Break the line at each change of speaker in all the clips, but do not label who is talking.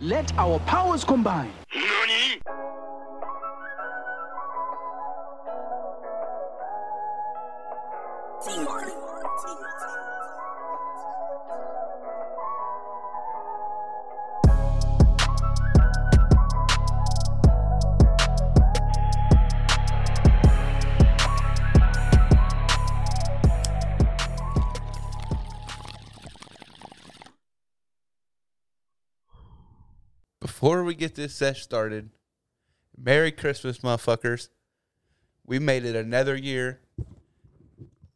Let our powers combine.
Before we get this sesh started, Merry Christmas, motherfuckers. We made it another year.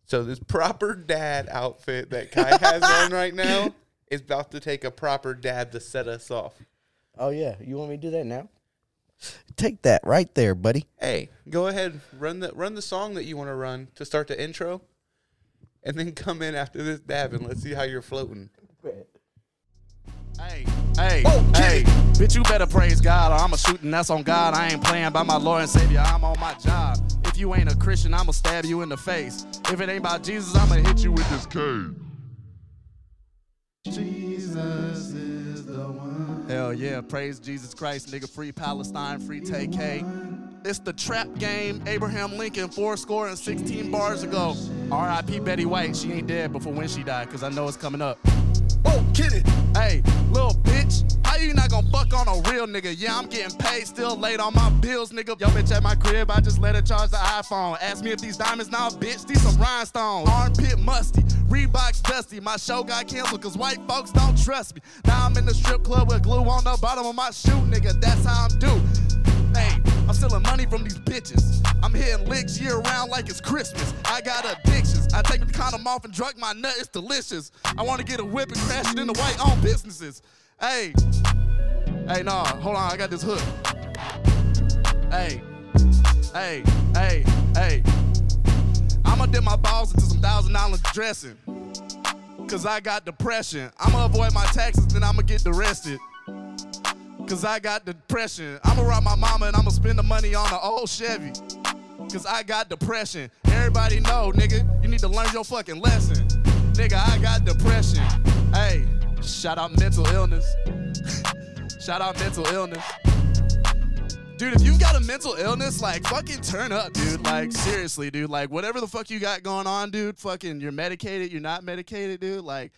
So this proper dad outfit that Kai has on right now is about to take a proper dab to set us off.
Oh yeah, you want me to do that now? Take that right there, buddy.
Hey, go ahead, run the run the song that you want to run to start the intro, and then come in after this dab and let's see how you're floating.
Hey, hey, hey, bitch, you better praise God or I'ma shoot and that's on God. I ain't playing by my Lord and Savior, I'm on my job. If you ain't a Christian, I'ma stab you in the face. If it ain't by Jesus, I'ma hit you with this cane. Jesus is the one. Hell yeah, praise Jesus Christ, nigga. Free Palestine, free TK. It's the trap game. Abraham Lincoln, four score and 16 bars ago. R.I.P. Betty White, she ain't dead before when she died, cause I know it's coming up. Oh, kidding. Hey, little bitch, how you not gonna fuck on a real nigga? Yeah, I'm getting paid, still late on my bills, nigga. Yo, bitch, at my crib, I just let her charge the iPhone. Ask me if these diamonds now, bitch, these some rhinestones. Armpit musty, Reeboks dusty. My show got canceled cause white folks don't trust me. Now I'm in the strip club with glue on the bottom of my shoe, nigga. That's how I'm due. Hey, I'm stealing money from these bitches. I'm hitting licks year round like it's Christmas. I got addictions. I take the condom off and drug my nut. It's delicious. I want to get a whip and crash it into white owned businesses. Hey, hey, nah, hold on. I got this hook. Hey, hey, hey, hey. I'ma dip my balls into some thousand dollar dressing. Cause I got depression. I'ma avoid my taxes, then I'ma get arrested. Cause I got depression. I'ma rob my mama and I'ma spend the money on an old Chevy. Cause I got depression. Everybody know, nigga, you need to learn your fucking lesson. Nigga, I got depression. Hey, shout out mental illness. shout out mental illness. Dude, if you got a mental illness, like fucking turn up, dude. Like seriously, dude. Like whatever the fuck you got going on, dude. Fucking, you're medicated. You're not medicated, dude. Like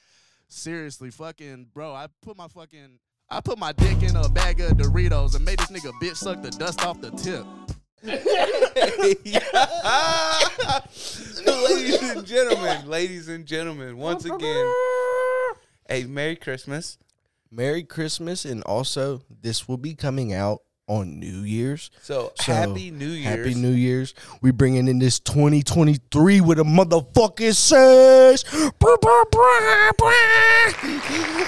seriously, fucking, bro. I put my fucking, I put my dick in a bag of Doritos and made this nigga bitch suck the dust off the tip.
ladies and gentlemen, ladies and gentlemen, once again, hey, Merry Christmas.
Merry Christmas, and also this will be coming out on New Year's.
So,
So,
happy New Year's.
Happy New Year's. We bringing in this 2023 with a motherfucking sesh. Brr, brr, brr, brr.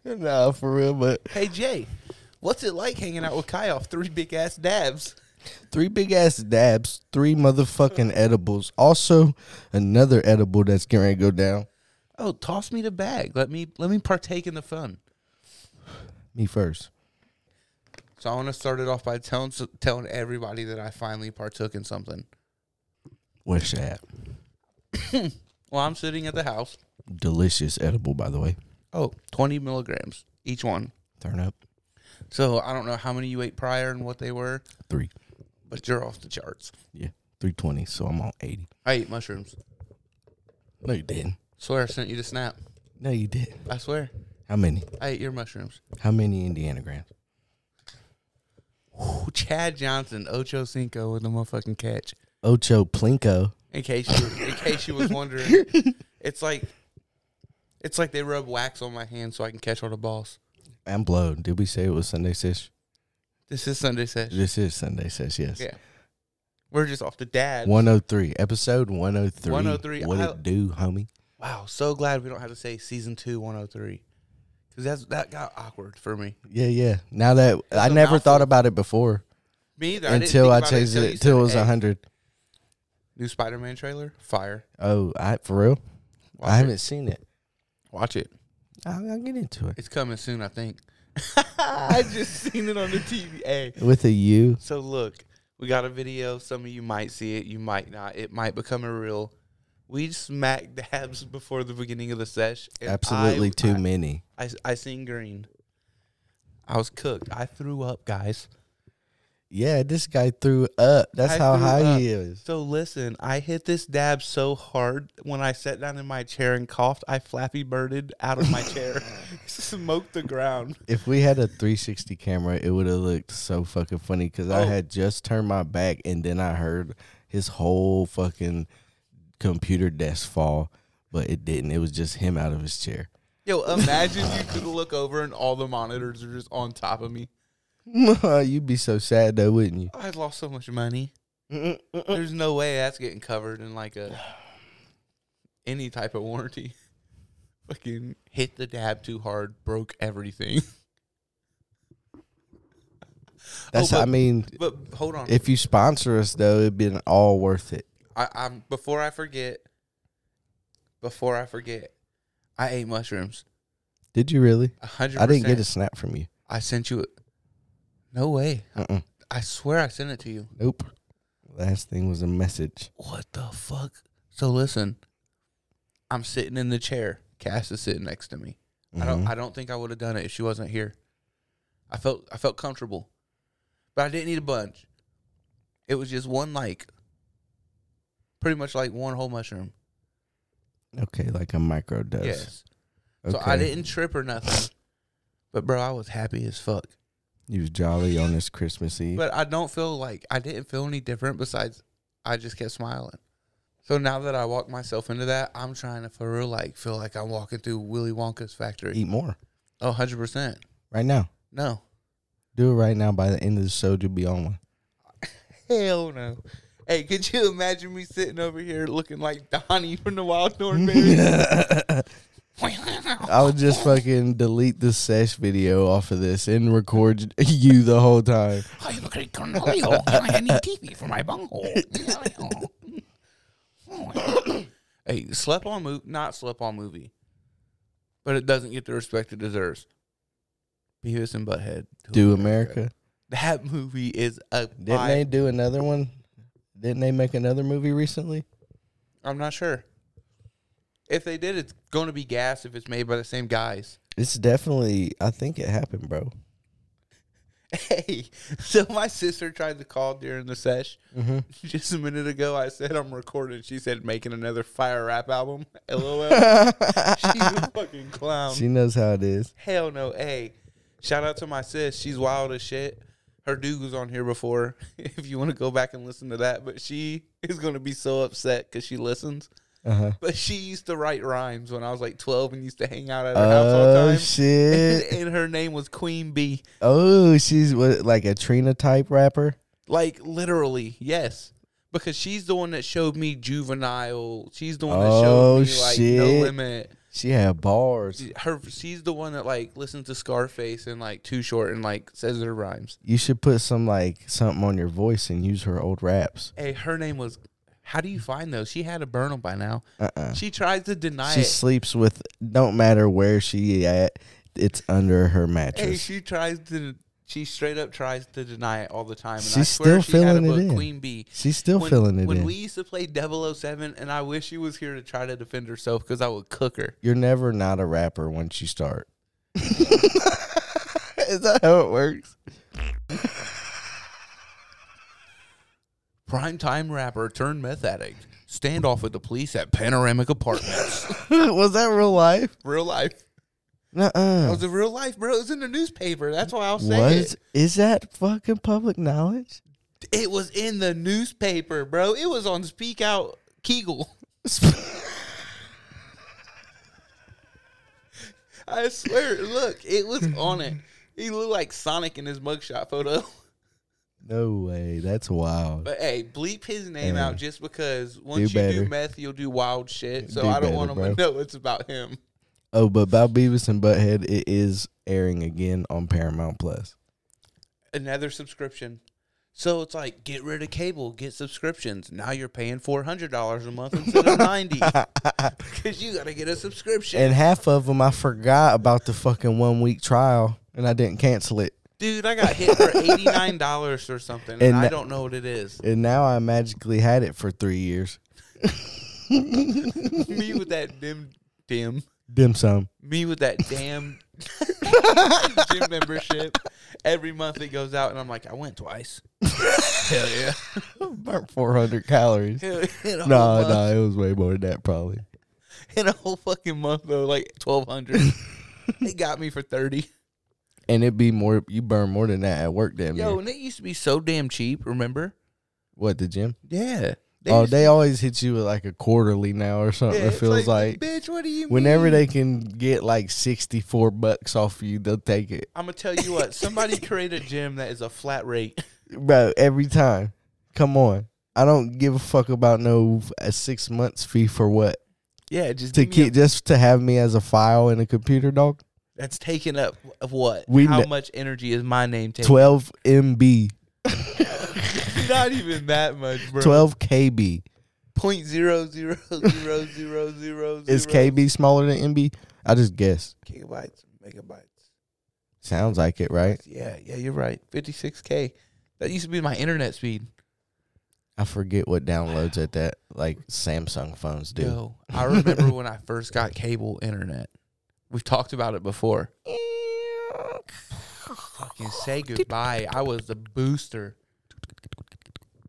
nah, for real, but
Hey Jay, what's it like hanging out with Kai off three big ass dabs?
Three big ass dabs, three motherfucking edibles. Also, another edible that's getting ready to go down.
Oh, toss me the bag. Let me let me partake in the fun.
Me first.
So I want to start it off by telling telling everybody that I finally partook in something.
What's that?
Well, I'm sitting at the house.
Delicious edible, by the way.
Oh, 20 milligrams each one.
Turn up.
So I don't know how many you ate prior and what they were,
Three.
but you're off the charts.
Yeah. 320. So I'm on 80.
I ate mushrooms.
No, you didn't.
Swear I sent you the snap.
No, you did.
I swear.
How many?
I ate your mushrooms.
How many Indiana grams?
Ooh, Chad Johnson, Ocho Cinco with the motherfucking catch.
Ocho Plinko.
In case you, in case you was wondering, it's like, it's like they rub wax on my hand so I can catch all the balls.
I'm blown. Did we say it was Sunday sesh?
This is Sunday session.
This is Sunday sesh, yes.
Yeah, we're just off the dad.
103. Episode 103.
103.
What
I-
it do, homie?
Wow, so glad we don't have to say season two one hundred three, because that's that got awkward for me.
Yeah, yeah. Now that I
a
never thought
mouthful.
about it before.
Me either.
until I
I didn't think about
changed
until
it
you
till
said
it was
hey,
hundred.
New Spider Man trailer, fire.
Oh, I for real?
Watch
I
it.
haven't seen it.
Watch it.
I'll, I'll get into it
It's coming soon, I think. I just seen it on the TV. Hey,
with a U.
So look, we got a video. Some of you might see it, you might not. It might become a reel. We smacked dabs before the beginning of the sesh. and
Absolutely
I-
too
I-
many.
I, I seen green. I was cooked. I threw up, guys.
Yeah, this guy threw up. That's
I
how
threw
high
up.
he is.
So listen, I hit this dab so hard when I sat down in my chair and coughed, I flappy birded out of my chair, smoked the ground.
If we had a 360 camera, it would have looked so fucking funny because I
Oh.
had just turned my back and then I heard his whole fucking computer desk fall, but it didn't. It was just him out of his chair.
Yo, imagine you could look over and all the monitors are just on top of me.
You'd be so sad though, wouldn't you?
I lost so much money. There's no way that's getting covered in like a any type of warranty. Fucking hit the dab too hard, broke everything.
That's
Oh,
I
but-
mean,
But hold on,
if you sponsor us though, it'd been all worth it.
I, I'm before I forget. Before I forget, I ate mushrooms.
Did you really?
A hundred.
I didn't get a
percent.
snap from you.
I sent you. it. No way.
Uh-uh.
I swear I sent it to you.
Nope. Last thing was a message.
What the fuck? So listen, I'm sitting in the chair. Cass is sitting next to me. I don't. I don't think I would have done it if she wasn't here. I felt. I felt comfortable, but I didn't eat a bunch. It was just one like. Pretty much like one whole mushroom.
Okay, like a micro dose.
Yes. So I
Okay.
didn't trip or nothing. But bro, I was happy as fuck.
You was jolly on this Christmas Eve.
But I don't feel like I didn't feel any different besides I just kept smiling. So now that I walked myself into that, I'm trying to for real like feel like I'm walking through Willy Wonka's factory.
Eat more
Oh, 100%.
right now.
No.
Do it right now. By the end of the show, you'll be on one.
Hell no. Hey, could you imagine me sitting over here looking like Donnie from the Wild Thornberry?
I would just fucking delete the sesh video off of this and record you the whole time.
I'm a great Cornelio, and I need TV for my bunghole.
hey, slept on movie, not slept on movie. But it doesn't get the respect it deserves. Beavis and Butthead.
Do America?
That movie is a.
Didn't
vibe.
they do another one? Didn't they make another movie recently?
I'm not sure. If they did, it's going to be gas if it's made by the same guys.
It's definitely. I think it happened, bro.
Hey, so my sister tried to call during the sesh.
Mm-hmm.
Just a minute ago, I said I'm recording. She said making another fire rap album. LOL. She's a fucking clown.
She knows how it is.
Hell no. Hey, shout out to my sis. She's wild as shit. Her dude was on here before. If you want to go back and listen to that, but she is going to be so upset because she listens.
Uh-huh.
But she used to write rhymes when I was like 12 and used to hang out at her house all the
Oh
time. And,
shit!
and her name was Queen Bee.
Oh, she's what, like a Trina type rapper.
Like literally, yes. Because she's the one that showed me juvenile. She's the one that
Oh,
showed me like no
shit.
limit.
She had bars.
Her she's the one that like listens to Scarface and like Too Short and like says her rhymes.
You should put some like something on your voice and use her old raps.
Hey, her name was. How do you find those? She had a burn 'em by now.
Uh-uh.
She tries to deny
She
it.
sleeps with don't matter where she at, it's under her
hey,
mattress.
she tries to. She straight up tries to deny it all the time. And I
She's
swear
still
she had a
filling it
book,
in.
Queen Bee.
She's still
when,
feeling it
when
in.
we used to play 007 and i wish she was here to try to defend herself because i would cook her
You're never not a rapper once you start. Is that how it works?
primetime rapper turned meth addict standoff with the police at panoramic apartments
Was that real life?
real life that
Uh-uh.
was a real life bro it was in the newspaper that's why i'll say
What is
it
that fucking public knowledge?
it was in the newspaper bro it was on speak out kegel i swear look it was on it he looked like sonic in his mugshot photo
no way. That's wild.
But hey, bleep his name
Hey.
out just because once you
better.
do meth, you'll do wild shit. So
Do
I don't
better,
want him to know it's about him.
Oh, but about Beavis and Butthead, it is airing again on Paramount Plus.
Another subscription. So it's like get rid of cable, get subscriptions. Now you're paying four hundred dollars a month instead of ninety because you got to get a subscription,
And half of them I forgot about the fucking one week trial and I didn't cancel it.
dude. I got hit for eighty nine dollars or something, and,
And
I
that-
don't know what it is.
And now I magically had it for three years.
me with that dim dim.
Dim sum.
Me with that damn gym membership. Every month it goes out and I'm like, I went twice. Hell yeah.
Burnt 400 calories.
Hell yeah. In a
No,
whole
no,
month-
it was way more than that probably.
In a whole fucking month though, like twelve hundred. they got me for thirty.
And it'd be more. You burn more than that at work, damn
Yo,
near.
and it used to be so damn cheap, remember?
What the gym?
Yeah.
oh,
used-
they always hit you with like a quarterly now or something.
yeah,
it
it's
feels like,
bitch, what do you
whenever
mean?
they can get like sixty four bucks off you, they'll take it,
I'm gonna tell you what, somebody create a gym that is a flat rate.
bro. Every time. Come on, I don't give a fuck about no f- a six months fee for what
Yeah, just
to
give me a-
keep just to have me as a file in a computer dog.
that's taking up of what?
We
How
kn-
much energy is my name taking?
Twelve MB,
Not even that much, bro.
twelve KB.
Point zero zero zero zero zero.
Is
zero
KB smaller than MB? I just guess.
gigabytes, megabytes?
Sounds like it, right?
Yeah, yeah, you're right. Fifty six k. That used to be my internet speed.
I forget what downloads at that like Samsung phones do.
Yo, I remember when I first got cable internet. We've talked about it before. Fucking say goodbye. I was the booster,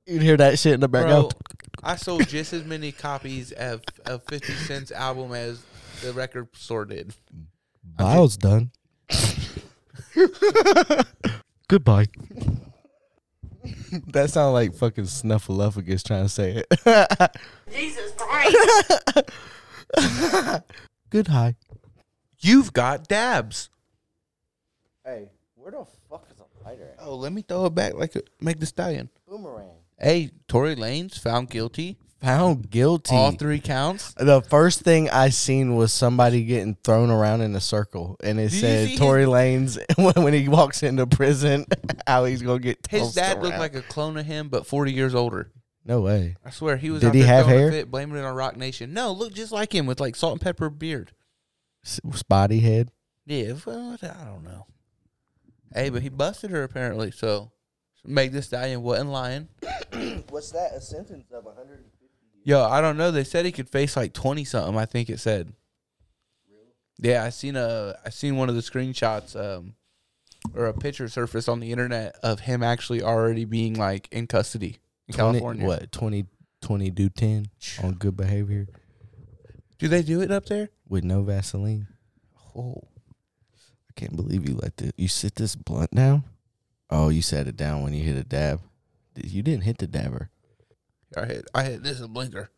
You'd hear that shit in the
bro.
background.
I sold just as many copies of of Fifty Cent's album as the record store did.
Bile's done. Goodbye. that sounds like fucking Snuffleupagus trying to say it.
Jesus Christ.
Good high.
You've got dabs.
Hey, where the fuck is a lighter at?
Oh, let me throw it back like a make the stallion.
Boomerang.
Hey, Tory Lanez found guilty.
Found guilty.
All three counts.
the first thing I seen was somebody getting thrown around in a circle, and it
you
said
see
Tory Lanes when, when he walks into prison, how he's gonna get
His
tossed
dad looked
around.
like a clone of him, but forty years older.
no way.
I swear he was.
Did
out
he
there
have
throwing a
hair?
Fit, blaming it on Rock Nation. No, look just like him with like salt and pepper beard.
S- Spotty head.
Yeah, well, I don't know. Hey, but he busted her apparently. So, make this stallion wasn't lying.
What's that? A sentence of 150.
Yo, I don't know. They said he could face like twenty something. I think it said. Yeah, I seen a I seen one of the screenshots um, or a picture surfaced on the internet of him actually already being like in custody in
20
California.
What 20, 20 do ten on good behavior
do they do it up there?
with no Vaseline.
Oh,
I can't believe you let this. You sit this blunt down. Oh, you sat it down when you hit a dab. Did- You didn't hit the dabber.
I hit I hit this is a blinker.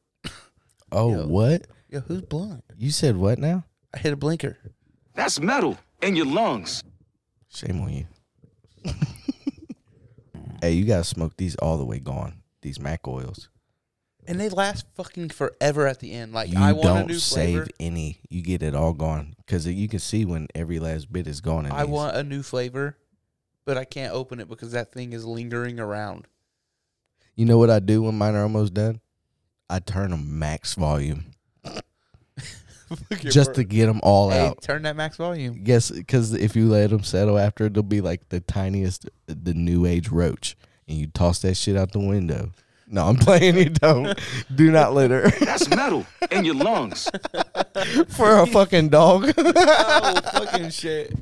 Oh,
Yo.
what?
Yo, who's blind?
You said what now?
I hit a blinker.
That's metal in your lungs.
Shame on you. hey, you gotta smoke these all the way gone. These Mac oils.
And they last fucking forever at the end. Like
You
I want a
don't
new
save
flavor.
any. You get it all gone because you can see when every last bit is gone. In
I
these.
want a new flavor, but I can't open it because that thing is lingering around.
You know what I do when mine are almost done? I turn them max volume just to get them all
hey,
out.
turn that max volume.
Guess because if you let them settle after, it'll be like the tiniest, the new age roach, and you toss that shit out the window. No, I'm playing. You don't. Do not litter
That's metal in your lungs.
for a fucking dog.
oh fucking shit!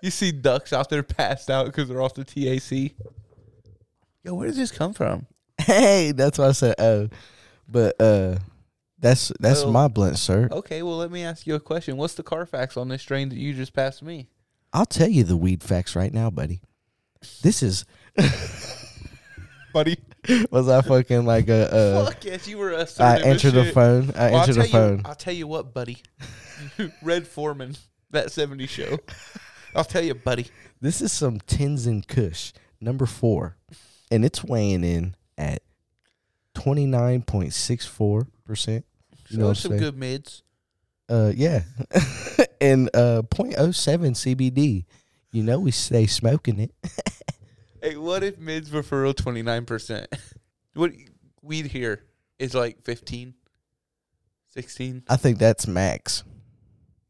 You see ducks out there passed out because they're off the TAC. Yo, where does this come from?
hey, that's why I said oh. But uh that's that's
Oh.
my blunt, sir.
Okay, well let me ask you a question. What's the Carfax on this train that you just passed me?
I'll tell you the weed facts right now, buddy. This is buddy. Was I fucking like a uh
Fuck yes, you were a.
I entered the phone. I
Well, I'll
entered the
tell you-
phone.
I'll tell you what, buddy. Red Foreman, that 70 show. I'll tell you, buddy.
This is some Tenzin Kush, number four. And it's weighing in at twenty nine point six four percent. You
So
know what I'm
it's some
saying?
good mids.
Uh, yeah, and uh, 0.07 CBD. You know we stay smoking it.
Hey, what if mids were for real 29%? What weed here is like 15, 16.
I think that's max.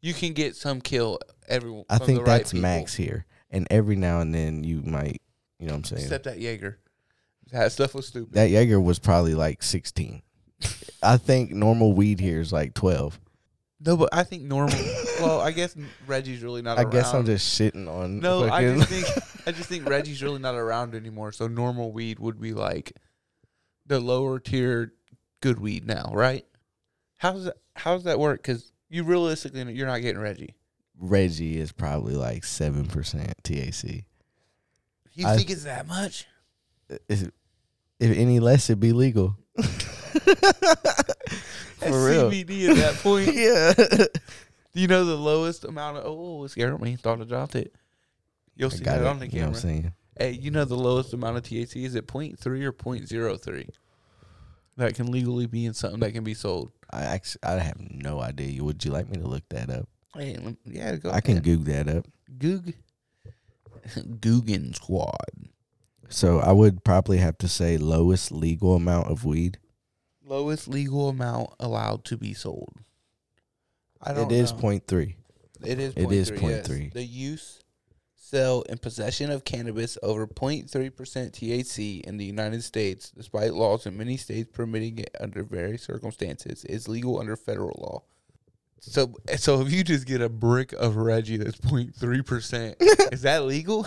You can get some kill everyone.
I
from the
think
right
that's
people.
max here. And every now and then you might, you know what I'm saying?
Except that Jaeger. That stuff was stupid.
that Jaeger was probably like 16. I think normal weed here is like twelve.
No, but I think normal. well, I guess Reggie's really not.
I
around.
guess I'm just shitting on.
No, I
fucking-
just think I just think Reggie's really not around anymore. So normal weed would be like the lower tier good weed now, right? How's that, how's that work? Because you realistically you're not getting Reggie.
Reggie is probably like seven percent TAC.
You
I-
think it's that much?
If, if any less, it'd be legal.
That's
For real.
CBD at that point.
yeah.
you know the lowest amount of oh, it scared me. Thought I dropped it. You'll see that
Got it.
on the
You know
camera.
what I'm saying?
Hey, you know the lowest amount of THC is at 0.3 or 0.03 that can legally be in something that can be sold.
I actually, I have no idea. You Would you like me to look that up?
Hey, lem- yeah, go
I can
ahead.
Google that up.
Goog Googan Squad.
So I would probably have to say lowest legal amount of weed.
Lowest legal amount allowed to be sold. I
It
don't
is
know.
point three.
It is.
It
point
is
three,
point
yes.
three.
The use, sell, and possession of cannabis over 0.3 percent THC in the United States, despite laws in many states permitting it under various circumstances, is legal under federal law. So, so if you just get a brick of Reggie that's 0.3 percent, is that legal?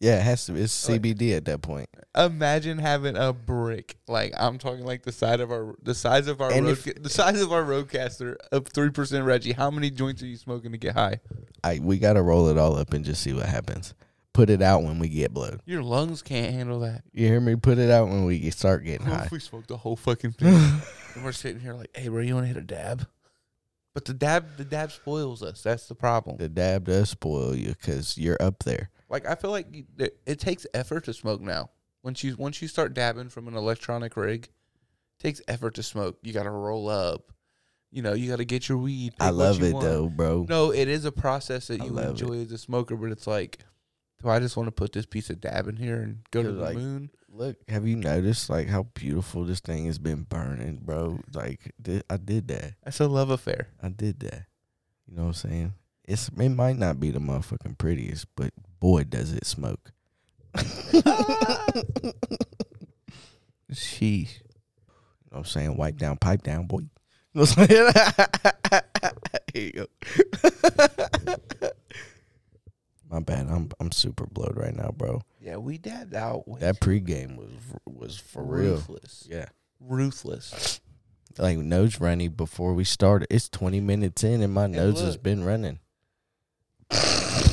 Yeah, it has to. It's CBD at that point.
Imagine having a brick like I'm talking like the side of our the size of our
And
road,
if-
the size of our roadcaster of three percent Reggie. How many joints are you smoking to get high?
I we gotta roll it all up and just see what happens. Put it out when we get blowed.
Your lungs can't handle that.
You hear me? Put it out when we get- start getting
What
high.
if we smoked the whole fucking thing? and we're sitting here like, hey, bro, you want to hit a dab? But the dab, the dab spoils us. That's the problem.
The dab does spoil you because you're up there.
Like, I feel like you- there- it takes effort to smoke now. Once you once you start dabbing from an electronic rig, it takes effort to smoke. You got to roll up. You know, you got to get your weed.
I
pick what
love
you
it
want.
though, bro.
No, it is a process that
I
you
love
enjoy as a smoker, but it's like, do I just want to put this piece of dab in here and go to
You're
the
like-
moon?
Look, have you noticed like how beautiful this thing has been burning, bro? Like thi- I did that.
That's a love affair.
I did that. You know what I'm saying? It's it might not be the motherfucking prettiest, but boy does it smoke.
Sheesh.
You know what I'm saying? Wipe down, pipe down, boy. You know what I'm saying? Here you go. My bad. I'm I'm super blowed right now, bro.
Yeah, we dabbed out. With
That pregame was was for real.
Ruthless.
Yeah.
Ruthless.
Like nose running before we started. It's 20 minutes in and my nose has
look.
been running.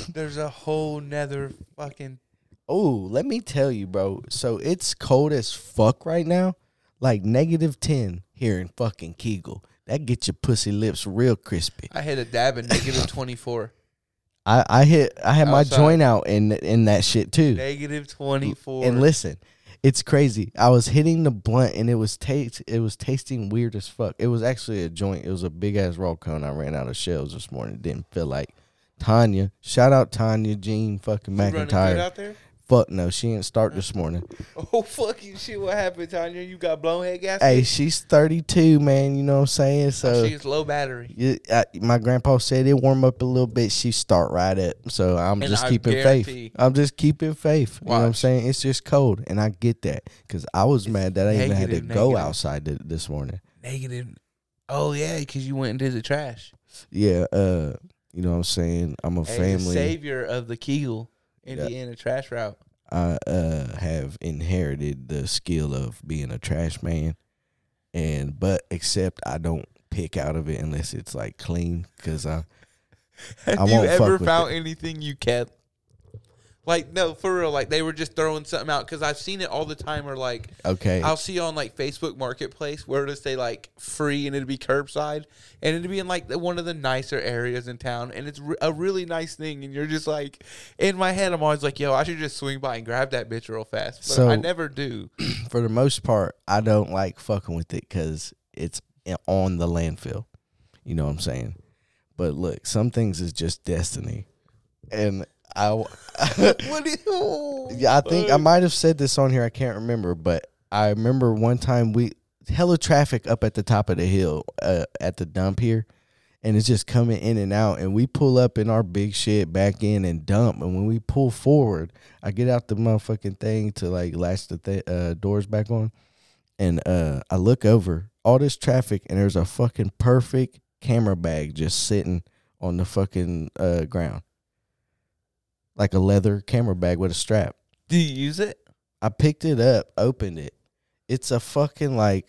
There's a whole nether fucking.
Oh, let me tell you, bro. So it's cold as fuck right now. Like negative 10 here in fucking Kegel. That gets your pussy lips real crispy.
I hit a dab in negative 24.
I, I hit I had my
Outside.
joint out in in that shit too.
Negative 24.
And listen, it's crazy. I was hitting the blunt and it was taste it was tasting weird as fuck. It was actually a joint. It was a big ass roll cone. I ran out of shells this morning. Didn't feel like Tanya. Shout out Tanya Jean fucking
You running good
McIntyre.
out there?
Fuck no, she didn't start this morning.
Oh, fucking shit. What happened, Tanya? You got blown head gas?
Hey, uh, she's thirty two, man. You know what I'm saying? So
She's low battery.
you, I, my grandpa said it warm up a little bit. She start right up. So I'm
And
just
I
keeping
guarantee-
faith. I'm just keeping faith. You know what I'm
Watch.
saying? It's just cold, and I get that because I was mad that I even had to
negative,
go
negative.
outside th- this morning.
Negative. Oh, yeah, because you went and did the trash.
Yeah, uh, you know what I'm saying? I'm a
Hey, The
family.
savior of the Kegel, Indiana trash route.
I uh have inherited the skill of being a trash man, and but except I don't pick out of it unless it's like clean because I.
Have
I
you
won't fuck
ever
with it.
found anything you kept? Like no, for real. Like they were just throwing something out because I've seen it all the time. Or like
Okay.
I'll see on like Facebook Marketplace where it'll say like free and it'd be curbside and it'd be in like the, one of the nicer areas in town and it's re- a really nice thing and you're just like in my head I'm always like yo I should just swing by and grab that bitch real fast but
So-
I never do.
for the most part, I don't like fucking with it because it's on the landfill. You know what I'm saying? But look, some things is just destiny, and I.
What do you?
Yeah, I think I might have said this on here. I can't remember, but I remember one time we hella traffic up at the top of the hill uh, at the dump here, and it's just coming in and out. And we pull up in our big shit back in and dump. And when we pull forward, I get out the motherfucking thing to like latch the th- uh, doors back on, and uh, I look over. all this traffic, and there's a fucking perfect camera bag just sitting on the fucking uh, ground, like a leather camera bag with a strap.
Do you use it?
I picked it up, opened it. It's a fucking like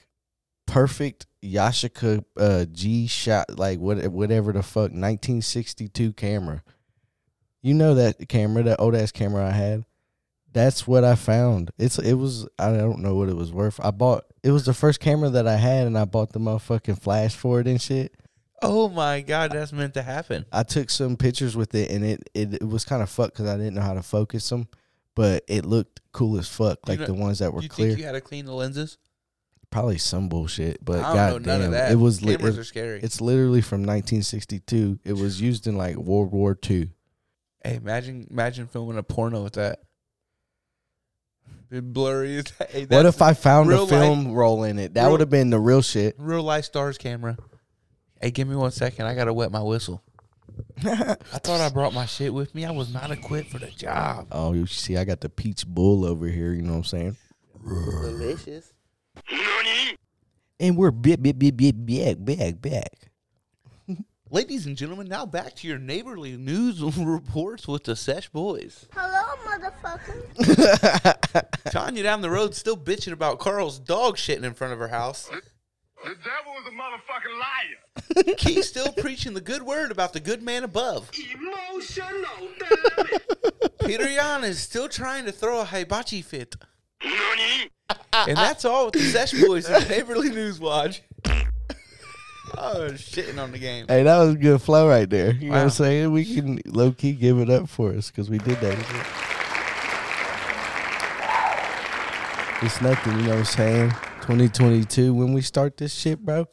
perfect Yashica uh, G shot, like what whatever the fuck, 1962 camera. You know that camera, that old ass camera I had. That's what I found. It's it was I don't know what it was worth. I bought it was the first camera that I had, and I bought the motherfucking flash for it and shit.
Oh my god, that's meant to happen.
I took some pictures with it, and it it, it was kind of fucked because I didn't know how to focus them, but it looked cool as fuck,
You
like
know-
the ones that were
you
clear.
think you had to clean the lenses?
Probably some bullshit, but
I don't
goddamn,
know none of that.
it was li-
cameras
it-
are scary.
It's literally from 1962. It was used in like World War II.
Hey, imagine imagine filming a porno with that. It blurry. as- Hey,
What
that's
if I found
real
a
life-
film roll in it? That
real-
would have been the real shit.
real life stars camera? Hey, give me one second. I gotta wet my whistle. I thought I brought my shit with me. I was not equipped for the job.
Oh, you see, I got the peach bull over here. You know what I'm saying?
Delicious.
And we're bit, bit, bit, bit, back, back, back.
Ladies and gentlemen, now back to your neighborly news reports with the Sesh Boys.
Hello, motherfucker.
Tanya down the road still bitching about Carl's dog shitting in front of her house.
The devil is a motherfucking liar.
Key still preaching the good word about the good man above.
Emotional damage.
Peter Yan is still trying to throw a hibachi fit. And that's all with the Sesh Boys and Neighborly News Watch. Oh, shitting on the game.
Hey, that was a good flow right there. You know what
Wow.
I'm saying? We can low key give it up for us because we did that. It's nothing, you know what I'm saying? 2022, when we start this shit, bro.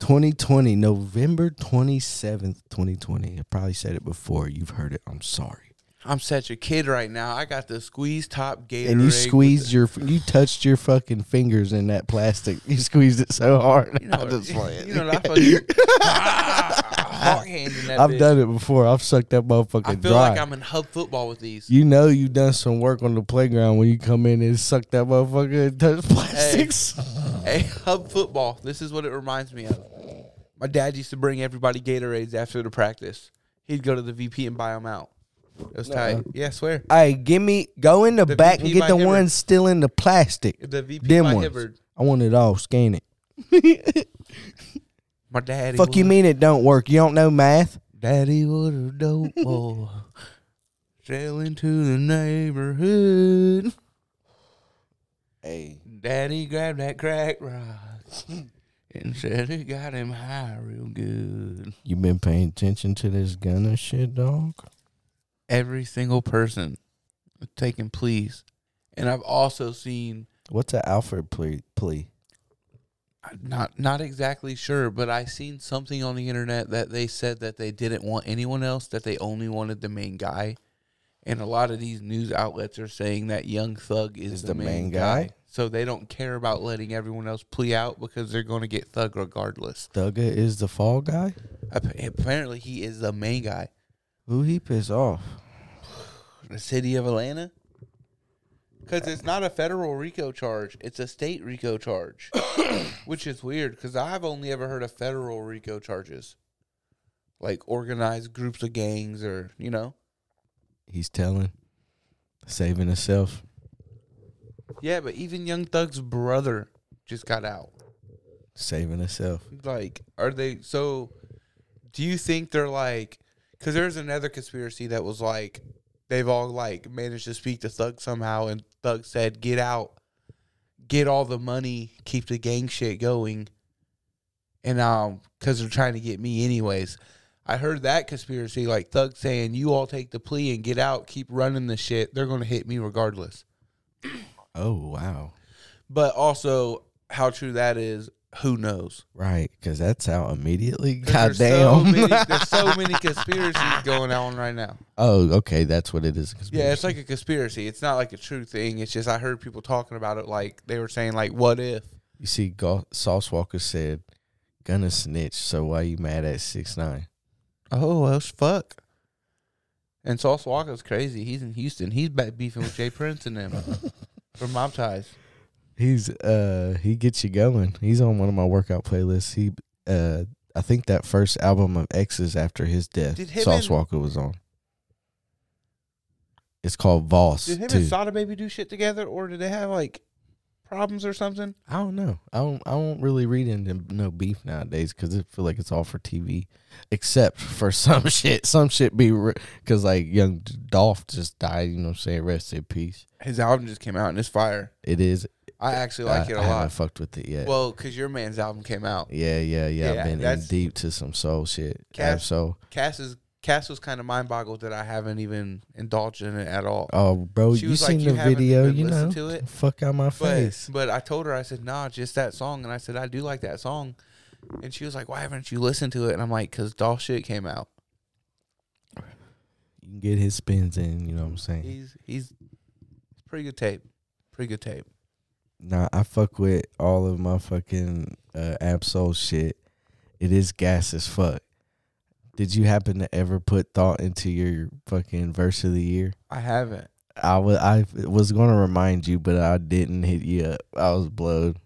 2020, November 27th, 2020. I probably said it before. You've heard it. I'm sorry.
I'm such a kid right now. I got the squeeze top Gatorade.
And you
with
squeezed your, you touched your fucking fingers in that plastic. You squeezed it so hard.
the- You know,
I'm just playing.
You know what I fucking. ah, hard hand in that
I've
bitch.
done it before. I've sucked that motherfucker
I feel
dry.
like I'm in hub football with these.
You know you done some work on the playground when you come in and suck that motherfucker and touch plastics.
Hey, hub football. This is what it reminds me of. My dad used to bring everybody Gatorades after the practice. He'd go to the VP and buy them out. It was tight. Yeah, I swear.
All right, give me go in the,
The
back and
VP
get
by
the
Hibbert.
ones still in the plastic.
The VP
Them
by
ones.
Hibbert.
I want it all. Scan it.
My daddy.
Fuck you
was-
mean it don't work? You don't know math?
Daddy was a dope boy. Sailing to the neighborhood.
Hey,
Daddy grabbed that crack rock and said it got him high real good.
you been paying attention to this gunner shit, dog?
Every single person taking pleas. And I've also seen
What's an Alfred plea? plea?
not not exactly sure, but I seen something on the internet that they said that they didn't want anyone else, that they only wanted the main guy. And a lot of these news outlets are saying that Young Thug is, the, main, guy. So they don't care about letting everyone else plea out because they're going to get Thug regardless.
Thugga is the fall guy.
Appa- Apparently, he is the main guy.
Who he piss off?
The city of Atlanta? Because it's not a federal RICO charge, it's a state RICO charge, which is weird because I've only ever heard of federal RICO charges, like organized groups of gangs or, you know?
He's telling, saving himself.
Yeah, but even Young Thug's brother just got out.
saving itself.
Like, are they so? Do you think they're like? Because there's another conspiracy that was like they've all like managed to speak to Thug somehow, and Thug said, "Get out, get all the money, keep the gang shit going," and um, because they're trying to get me anyways. I heard that conspiracy, like Thug saying, "You all take the plea and get out, keep running the shit. They're gonna hit me regardless."
Oh wow,
But also, how true that is, who knows?
right? Because that's out immediately.
'Cause
God
there's so
damn.
many- there's so many conspiracies going on right now.
oh, okay, that's what it is.
Yeah, it's like a conspiracy. It's not like a true thing. It's just I heard people talking about it like they were saying like, "What if?"
you see, Gol- Sauce Walker said, "Gonna snitch." So why you mad at six nine?
Oh, well, fuck. And Sauce Walker's crazy. He's in Houston. He's back beefing with Jay Prince and them from Mob Ties.
He's uh he gets you going. He's on one of my workout playlists. He uh I think that first album of X's after his death,
Did him
Sauce
and-
Walker was on. It's called Voss.
Did him
too.
and Sada Baby do shit together, or did they have like problems or something?
I don't know. I don't. I don't really read into no beef nowadays because I feel like it's all for TV, except for some shit. Some shit be because like young Dolph just died. You know, what I'm saying rest in peace.
His album just came out and it's fire.
It is.
I actually like
I,
it a
I haven't
lot.
fucked with it yet.
Well, because your man's album came out.
yeah, yeah, yeah.
yeah,
I've been in
that's-
deep to some soul shit.
Cass-
so,
Cass is Cass was kind of mind boggled that I haven't even indulged in it at all.
oh, bro,
She
you
was like,
seen
"You
the
haven't
video?
even
You know,
listened to it?"
fuck out my
But,
face.
but I told her, I said, nah, just that song. And I said, I do like that song. And she was like, why haven't you listened to it? And I'm like, because Doll Shit came out.
You can get his spins in. You know what I'm saying?
He's, he's pretty good tape. Pretty good tape.
Nah, I fuck with all of my fucking uh, Absol shit. It is gas as fuck. Did you happen to ever put thought into your fucking verse of the year?
I haven't.
I was I was gonna remind you, but I didn't hit you up. I was blowed.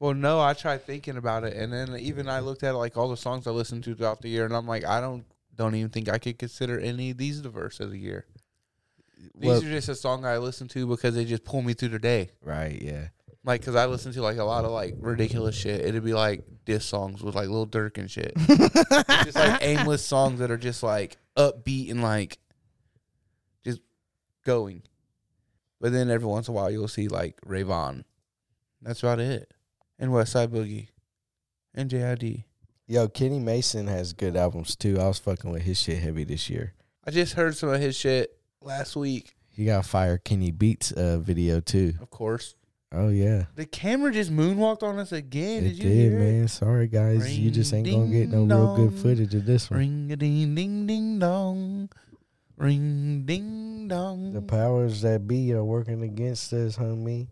Well, no, I tried thinking about it. And then even I looked at like all the songs I listened to throughout the year. And I'm like, I don't don't even think I could consider any of these the verse of the year. These
Well-
are just a song I listen to because they just pull me through the day.
Right? Yeah.
Like, cause I listen to like a lot of like ridiculous shit. It'd be like diss songs with like Lil Durk and shit. It's just like aimless songs that are just like upbeat and like just going. But then every once in a while you'll see like Rayvon. That's about it. And West Side Boogie. And JID.
Yo, Kenny Mason has good albums too. I was fucking with his shit heavy this year.
I just heard some of his shit last week,
He got fire Kenny Beats uh, video too.
of course.
Oh yeah,
The camera just moonwalked on us again.
it
did you
did,
hear it?
man. Sorry guys, you just ain't gonna get no real
Ring-ding-dong.
good footage of this one.
Ring a ding ding ding dong. Ring ding
The
dong.
powers that be are working against us, homie.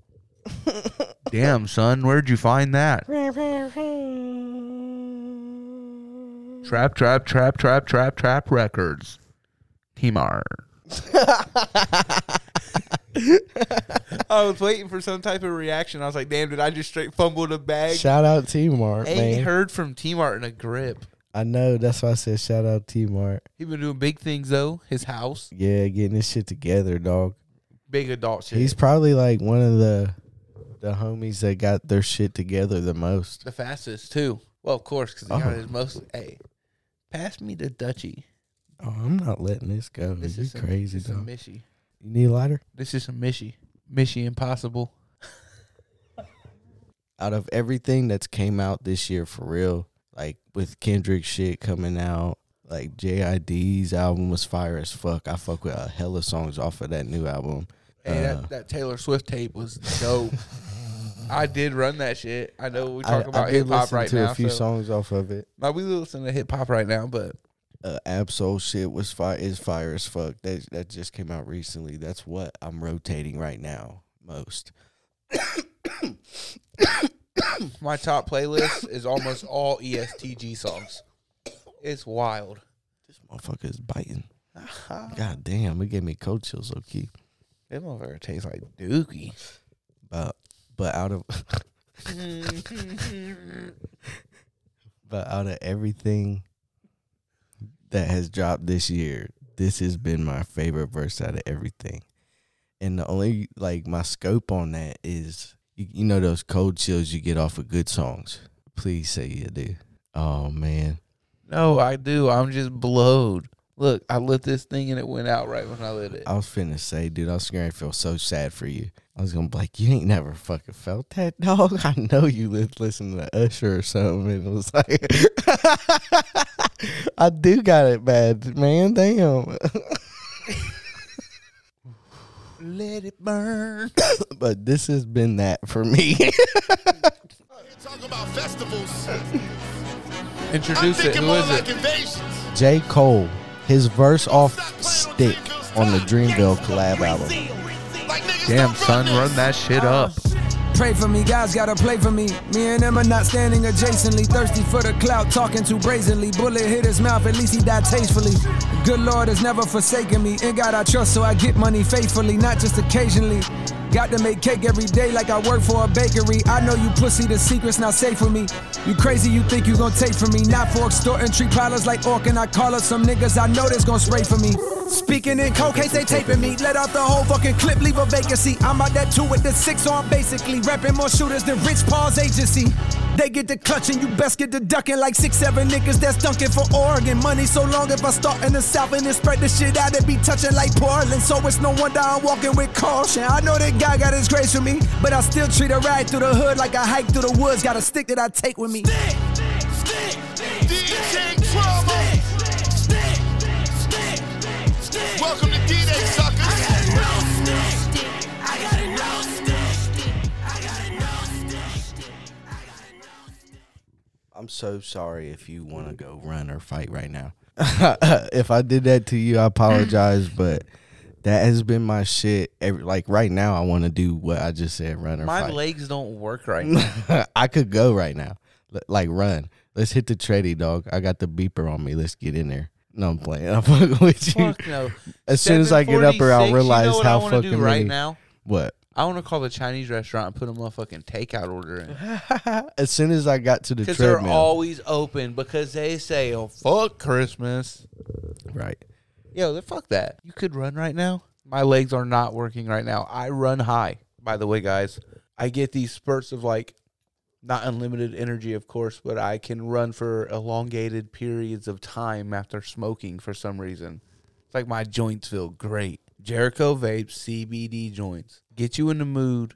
Damn, son, where'd you find that? trap, trap, trap, trap, trap, trap records. Timar. I was waiting for some type of reaction. I was like, damn, did I just straight fumble the bag?
Shout out T Mart,
ain't
man.
heard from Timar in a grip.
I know that's why I said shout out T Mart.
He been doing big things though. His house,
Yeah, getting this shit together, dog.
big adult shit.
He's probably like one of the the homies that got their shit together the most.
the fastest too. Well, of course, because he
Oh.
got his most. Hey, pass me the Dutchie.
Oh, I'm not letting this go.
This
you
is some-
crazy,
This is a
dog.
Mishy.
You need a lighter?
This is a Mishy. Mishy Impossible.
out of everything that's came out this year for real, like with Kendrick shit coming out, like JID's album was fire as fuck. I fuck with a hella songs off of that new album.
Hey,
Uh,
that, that Taylor Swift tape was dope. I did run that shit. I know we talk
I- I
about
did
hip hop
listen
right
to
now.
a few
so-
songs off of it.
Like, we listen to hip hop right now, but
Uh, Absol shit was fire is fire as fuck. That that just came out recently. That's what I'm rotating right now most.
my top playlist is almost all E ESTG songs. It's wild.
This motherfucker is biting. God damn, it gave me cold chills, okay.
That motherfucker tastes like Dookie.
But but out of but out of everything that has dropped this year, this has been my favorite verse out of everything. And the only like my scope on that is you, you know those cold chills you get off of good songs. Please say you do. Oh man.
No, I do. I'm just blowed. Look, I lit this thing and it went out right when I lit it.
I was finna say, dude, I was gonna feel so sad for you. I was gonna be like, you ain't never fucking felt that, dog. I know you li- listen to Usher or something, and it was like, I do got it bad, man. Damn.
Let it burn.
but this has been that for me.
Talk about festivals. I'm
Introduce it.
thinking
Who
more
is
like
it?
invasions.
J. Cole, his verse off "Stick" on the Dreamville collab album.
Like niggas
Damn,
don't
son,
this.
run that shit
Oh,
up.
Pray for me, guys gotta play for me. Me and them are not standing adjacently. Thirsty for the clout, talking too brazenly. Bullet hit his mouth, at least he died tastefully. Good Lord has never forsaken me. In God I trust, so I get money faithfully, not just occasionally. Got to make cake every day like I work for a bakery. I know you pussy, the secret's not safe with me. You crazy, you think you gon' take from me. Not for extorting, treat pilots like orc and I call up some niggas I know that's gon' spray for me. Speaking in cold case, they taping me. Let out the whole fucking clip, leave a vacancy. I'm out that two with the six, so I'm basically repping more shooters than Rich Paul's agency. They get the clutching, you best get the ducking like six, seven niggas that's dunking for Oregon. Money so long if I start in the south and then spread the shit out, it be touching like Portland. So it's no wonder I'm walking with caution. I know that God got his grace for me, but I still treat a ride through the hood like a hike through the woods. Got a stick that I take with me.
DJ Drama. Welcome to D-Day, suckers.
I'm so sorry if you want to go run or fight right now. if I did that to you, I apologize, but that has been my shit. Every, like right now, I want to do what I just said: run or
My
fight.
legs don't work right now.
I could go right now. L- like run. Let's hit the treddy, dog. I got the beeper on me. Let's get in there. No, I'm playing. I'm fucking with you.
Fuck no.
As soon as I get up here, I'll
746,
realize
you know what
how
I wanna do
fucking
right
many-
now.
What?
I want to call the Chinese restaurant and put a motherfucking takeout order in.
As soon as I got to the
Because they're
treadmill,
always open because they say, oh, fuck Christmas.
right?
Yo, then fuck that. You could run right now. My legs are not working right now. I run high, by the way, guys. I get these spurts of like not unlimited energy, of course, but I can run for elongated periods of time after smoking for some reason. It's like my joints feel great. Jericho Vape CBD joints. Get you in the mood.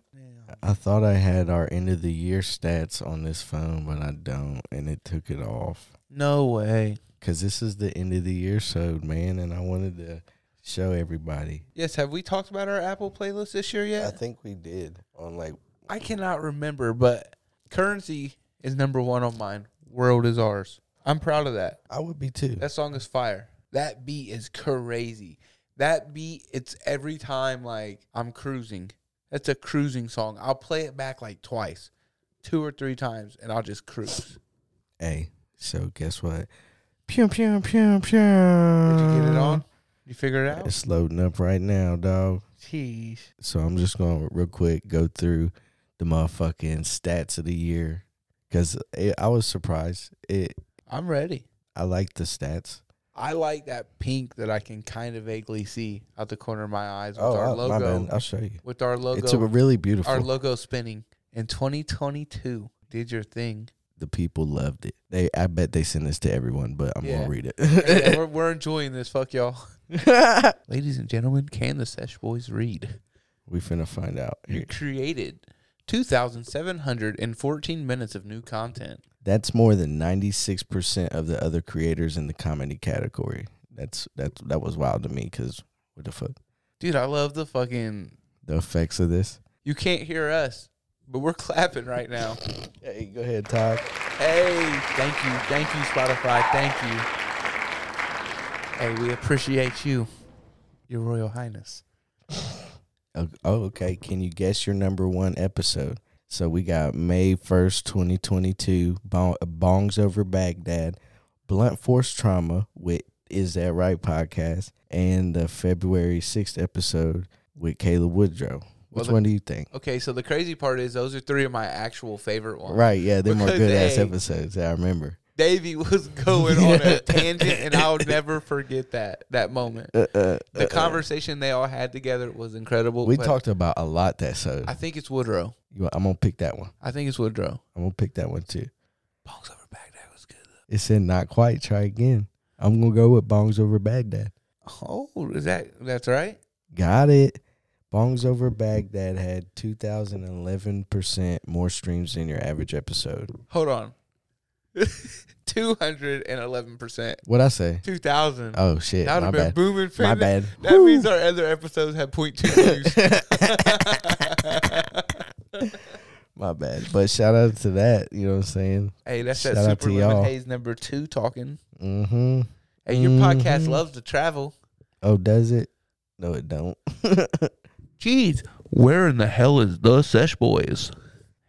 I thought I had our end of the year stats on this phone, but I don't, and it took it off.
No way.
Cause this is the end of the year show, man, and I wanted to show everybody.
Yes, have we talked about our Apple playlist this year yet?
I think we did on like
I cannot remember, but currency is number one on mine. World is ours. I'm proud of that.
I would be too.
That song is fire. That beat is crazy. That beat, it's every time like I'm cruising. That's a cruising song. I'll play it back like twice, two or three times, and I'll just cruise.
Hey, so guess what? Pew pew pew pew. Did
Did you get it on? You figure it out?
It's loading up right now, dog.
Jeez.
So I'm just gonna real quick go through the motherfucking stats of the year because I was surprised. It
I'm ready.
I like the stats.
I like that pink that I can kind of vaguely see out the corner of my eyes with our
I- Oh, uh, my bad.
logo.
I'll show you.
With our logo.
It's a really beautiful.
our logo spinning in 2022 did your thing
the people loved it. They, I bet they sent this to everyone, but I'm
Yeah.
gonna read
Yeah,
it.
we're, we're enjoying this fuck y'all ladies and gentlemen can the sesh boys read
we finna find out.
you
Here.
created 2714 minutes of new content
That's more than 96 percent of the other creators in the comedy category. That's that's that was wild to me because what the fuck?
dude i love the fucking
The effects of this.
you can't hear us but we're clapping right now
Hey, go ahead, Todd.
hey thank you thank you spotify thank you hey we appreciate you your royal highness
Oh, oh, okay. Can you guess your number one episode? So we got May 1st, 2022, Bong- Bongs Over Baghdad, Blunt Force Trauma with Is That Right podcast, and the February 6th episode with Caleb Woodrow. Which
Well, the-
one do you think?
okay so the crazy part is those are three of my actual favorite ones
Right, yeah, they're more
Because,
good ass
hey,
episodes. I remember.
Davey was going on a tangent, and I'll never forget that that moment.
Uh,
the conversation they all had together was incredible.
We
but
talked about a lot that so
I think it's Woodrow.
you want- I'm gonna pick that one.
I think it's Woodrow.
I'm gonna pick that one too.
Bongs over Baghdad was good.
It said not quite. Try again. I'm gonna go with Bongs Over Baghdad.
Oh, is that that's right?
Got it. Bongs Over Baghdad had 2,011% more streams than your average episode.
Hold on, two hundred and eleven percent,
What'd I say?
two thousand.
Oh, shit.
that would
my
have been
bad.
booming. for
My
the-
bad.
That
Woo.
means our other episodes had point two views.
My bad. But shout out to that. You know what I'm saying?
hey, that's
Shout
that
out
super
to y'all.
lemon haze number two talking.
Mm hmm.
Hey, your podcast
Mhm.
loves to travel.
Oh, does it? No, it don't.
Jeez, where in the hell is the Sesh Boys?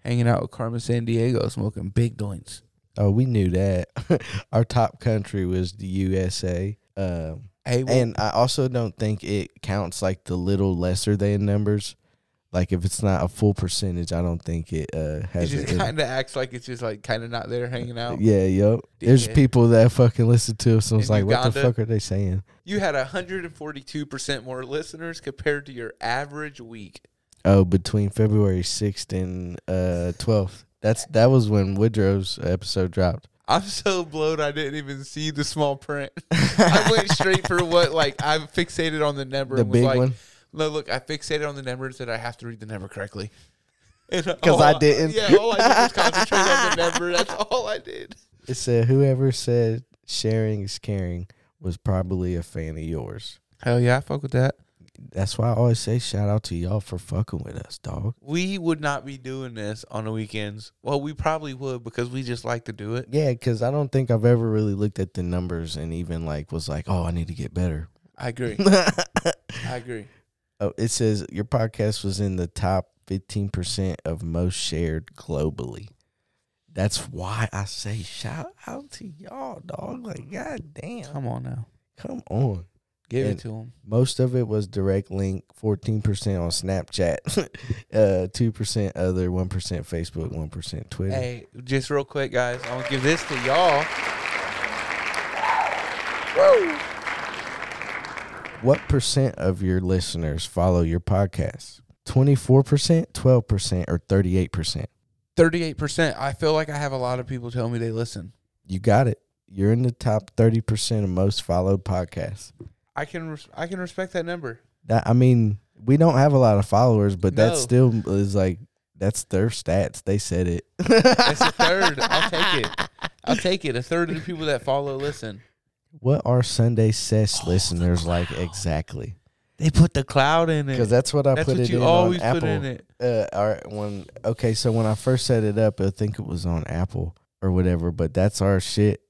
Hanging out with Carmen San Diego, smoking big joints.
oh, we knew that. Our top country was the USA. Um,
Hey, well,
and I also don't think it counts like the little lesser than numbers Like if it's not a full percentage, I don't think it uh,
It
has.
just
an-
kind of acts like it's just like kind of not there hanging out.
yeah, yep. There's
Dickhead.
people that fucking listen to us and was
In
like, "What the
Uganda.
fuck are they saying?"
You had 142% more listeners compared to your average week.
Oh, between February 6th and uh 12th. That's that was when Woodrow's episode dropped.
I'm so blown I didn't even see the small print. I went straight for what like I fixated on the number
The
and was
big
like
one?
No, look, I fixated on the number and said I have to read the number correctly. Because
I didn't.
Yeah, all I did was concentrate on the number. That's all I did.
It said whoever said sharing is caring was probably a fan of yours.
Hell yeah, I fuck with that.
That's why I always say shout out to y'all for fucking with us, dog.
We would not be doing this on the weekends. Well, we probably would because we just like to do it.
Yeah, cuz I don't think I've ever really looked at the numbers and even like was like, "Oh, I need to get better."
I agree. I agree.
Oh, it says your podcast was in the top 15% of most shared globally. That's why I say shout out to y'all, dog. Like, god damn.
Come on now.
Come on.
Give
And-
it to him.
Most of it was direct link, 14% on Snapchat, uh, 2% other, 1% Facebook, 1% Twitter.
Hey, just real quick, guys. I'm gonna give this to y'all.
What percent of your listeners follow your podcast? 24%, 12%, or 38%?
Thirty-eight percent. I feel like I have a lot of people tell me they listen.
You got it. You're in the top 30% of most followed podcasts.
I can res- I can respect that number.
That I mean, we don't have a lot of followers, but that
No.
still is like that's their stats. They said it.
That's a third. I'll take it. I'll take it. A third of the people that follow listen.
What are Sunday sesh listeners like exactly?
They put the cloud in it
Because that's what I
That's
put
what
it
you
in
always
on
put
Apple.
in it.
Uh, all right, when okay, so when I first set it up, I think it was on Apple or whatever. But that's our shit.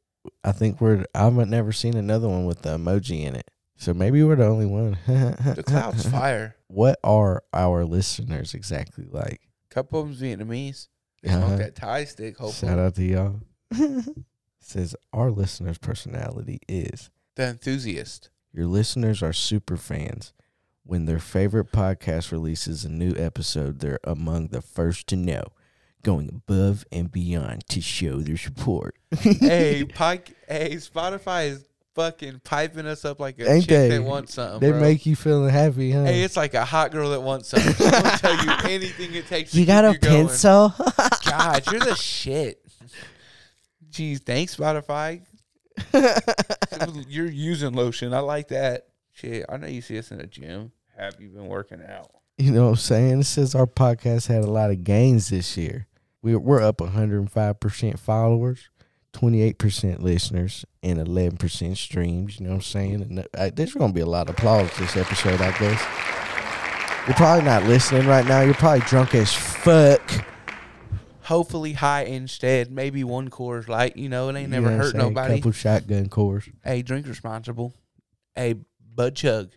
I think we're. I've never seen another one with the emoji in it. So maybe we're the only one.
the cloud's fire.
What are our listeners exactly like?
Couple of them's Vietnamese. They
Uh-huh.
smoke that Thai stick. Hopefully,
Shout out to y'all. Says our listeners' personality is
the enthusiast.
your listeners are super fans. When their favorite podcast releases a new episode, they're among the first to know, going above and beyond to show their support.
hey, pod- hey, Spotify is fucking piping us up like a
Ain't
chick they?
they?
that wants something.
they
bro.
make you feeling happy, huh?
Hey, it's like a hot girl that wants something. She'll tell you anything it takes. to
you got
keep
a
going.
pencil?
God, you're the shit. Jeez, thanks Spotify. you're using lotion. I like that. Shit, I know you see us in the gym. Have you been working out?
you know what I'm saying? It says our podcast had a lot of gains this year. We're, we're up 105% followers, 28% listeners, and 11% streams. You know what I'm saying? And uh, there's going to be a lot of applause this episode, I guess. You're probably not listening right now. You're probably drunk as fuck.
Hopefully high instead. Maybe one Coors Light. You know, it ain't
You
never
know what I'm
hurt
saying?
nobody.
Couple shotgun cores.
Hey, drink responsible. Hey, bud chug.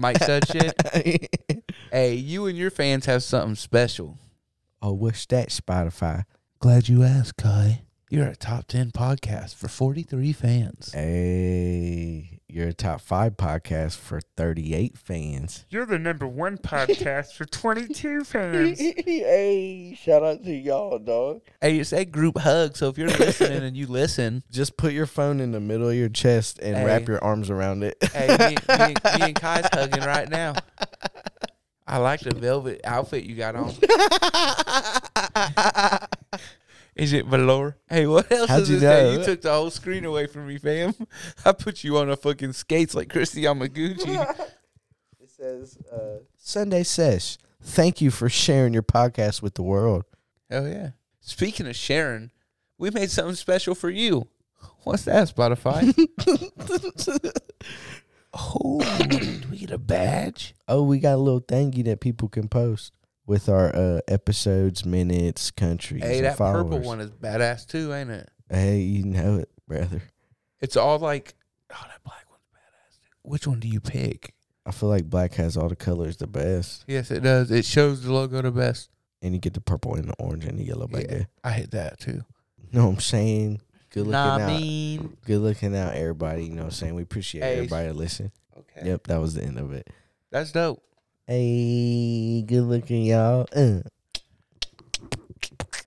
Mike said shit. Hey, you and your fans have something special.
oh, what's that, Spotify?
Glad you asked, Kai. You're a top 10 podcast for 43 fans.
Hey, you're a top five podcast for 38 fans.
You're the number one podcast for 22 fans.
hey, shout out to y'all, dog.
Hey, it's a group hug. So if you're listening and you listen,
Just put your phone in the middle of your chest and
Hey.
wrap your arms around it.
hey, me, me, me and Kai's hugging right now. I like the velvet outfit you got on. Is it velour? Hey, what else
How'd
is
you
this that
know?
You took the whole screen away from me, fam. I put you on a fucking skates like Christy Yamaguchi.
It says, uh,
Sunday Sesh, thank you for sharing your podcast with the world.
Hell yeah. Speaking of sharing, we made something special for you. What's that, Spotify? oh, do we get a badge?
Oh, we got a little thingy that people can post with our uh, episodes, minutes, countries,
Hey,
and
that purple
followers.
one is badass too, ain't it?
Hey, you know it, brother.
It's all like, oh, that black one's badass. Too. Which one do you pick?
I feel like black has all the colors the best,
Yes, it does. It shows the logo the best.
and you get the purple and the orange and the yellow back
Yeah.
there.
I hit that too.
You know what I'm saying? Good looking
Nah,
out.
I mean,
Good looking out, everybody. You know what I'm saying? We appreciate
Hey,
everybody that listen.
okay,
Yep, that was the end of it.
that's dope.
Hey, good looking, y'all. Uh.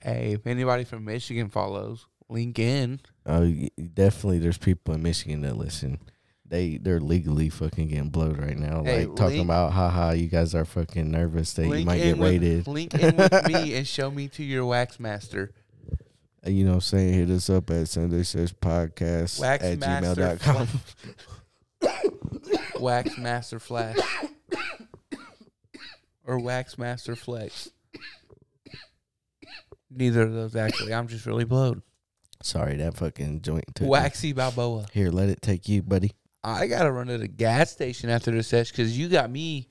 Hey, if anybody from Michigan follows, link in.
Oh, y- definitely. There's people in Michigan that listen. They they're legally fucking getting blowed right now.
Hey,
like talking
link-
about, haha, you guys are fucking nervous that you
link
might get
in with-
raided.
link in with me and show me to your wax master.
Uh, You know what I'm saying? Hit us up at Sunday Search Podcast
Wax
at
master
gmail.com.
Wax Master Flash. or Wax Master Flex. Neither of those actually. I'm just really blown.
Sorry, that fucking joint took me.
Waxy Balboa.
Here, let it take you, buddy.
I gotta run to the gas station after this session because you got me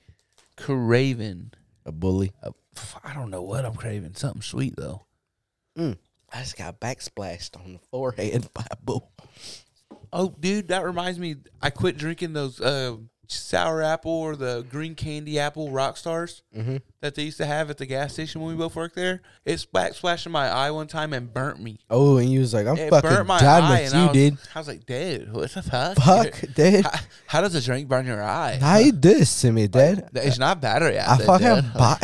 craving.
A bully.
a- f- I don't know what I'm craving. Something sweet though.
Mm. I just got backsplashed on the forehead by a bull.
Oh, dude, that reminds me. I quit drinking those uh, sour apple or the green candy apple rock stars
Mm-hmm.
that they used to have at the gas station when we both worked there. It splash splashed in my eye one time and burnt me.
Oh, and you was like, I'm
It
fucking
burnt my
John
eye, and I
McHugh,
was,
dude.
I was like, dude, what the fuck?
Fuck, dude.
How, how does a drink burn your eye?
How you do this to me, Dad?
It's not battery
I
acid.
fucking
dude.
buy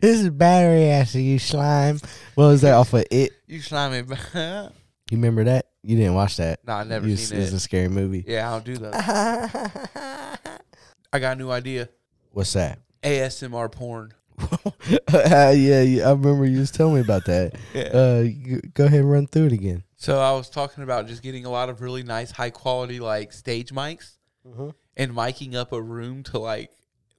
this is battery acid, you slime. What was that off of it?
You slimy. no,
You remember that? You didn't watch that?
I never
You-
seen
It was
it.
a scary movie.
Yeah, I don't do those. I got a new idea.
What's that?
ASMR porn.
Uh, yeah, yeah, I remember you was telling me about that. Uh, you- go ahead and run through it again.
So I was talking about just getting a lot of really nice, high quality like stage mics, and miking up a room to like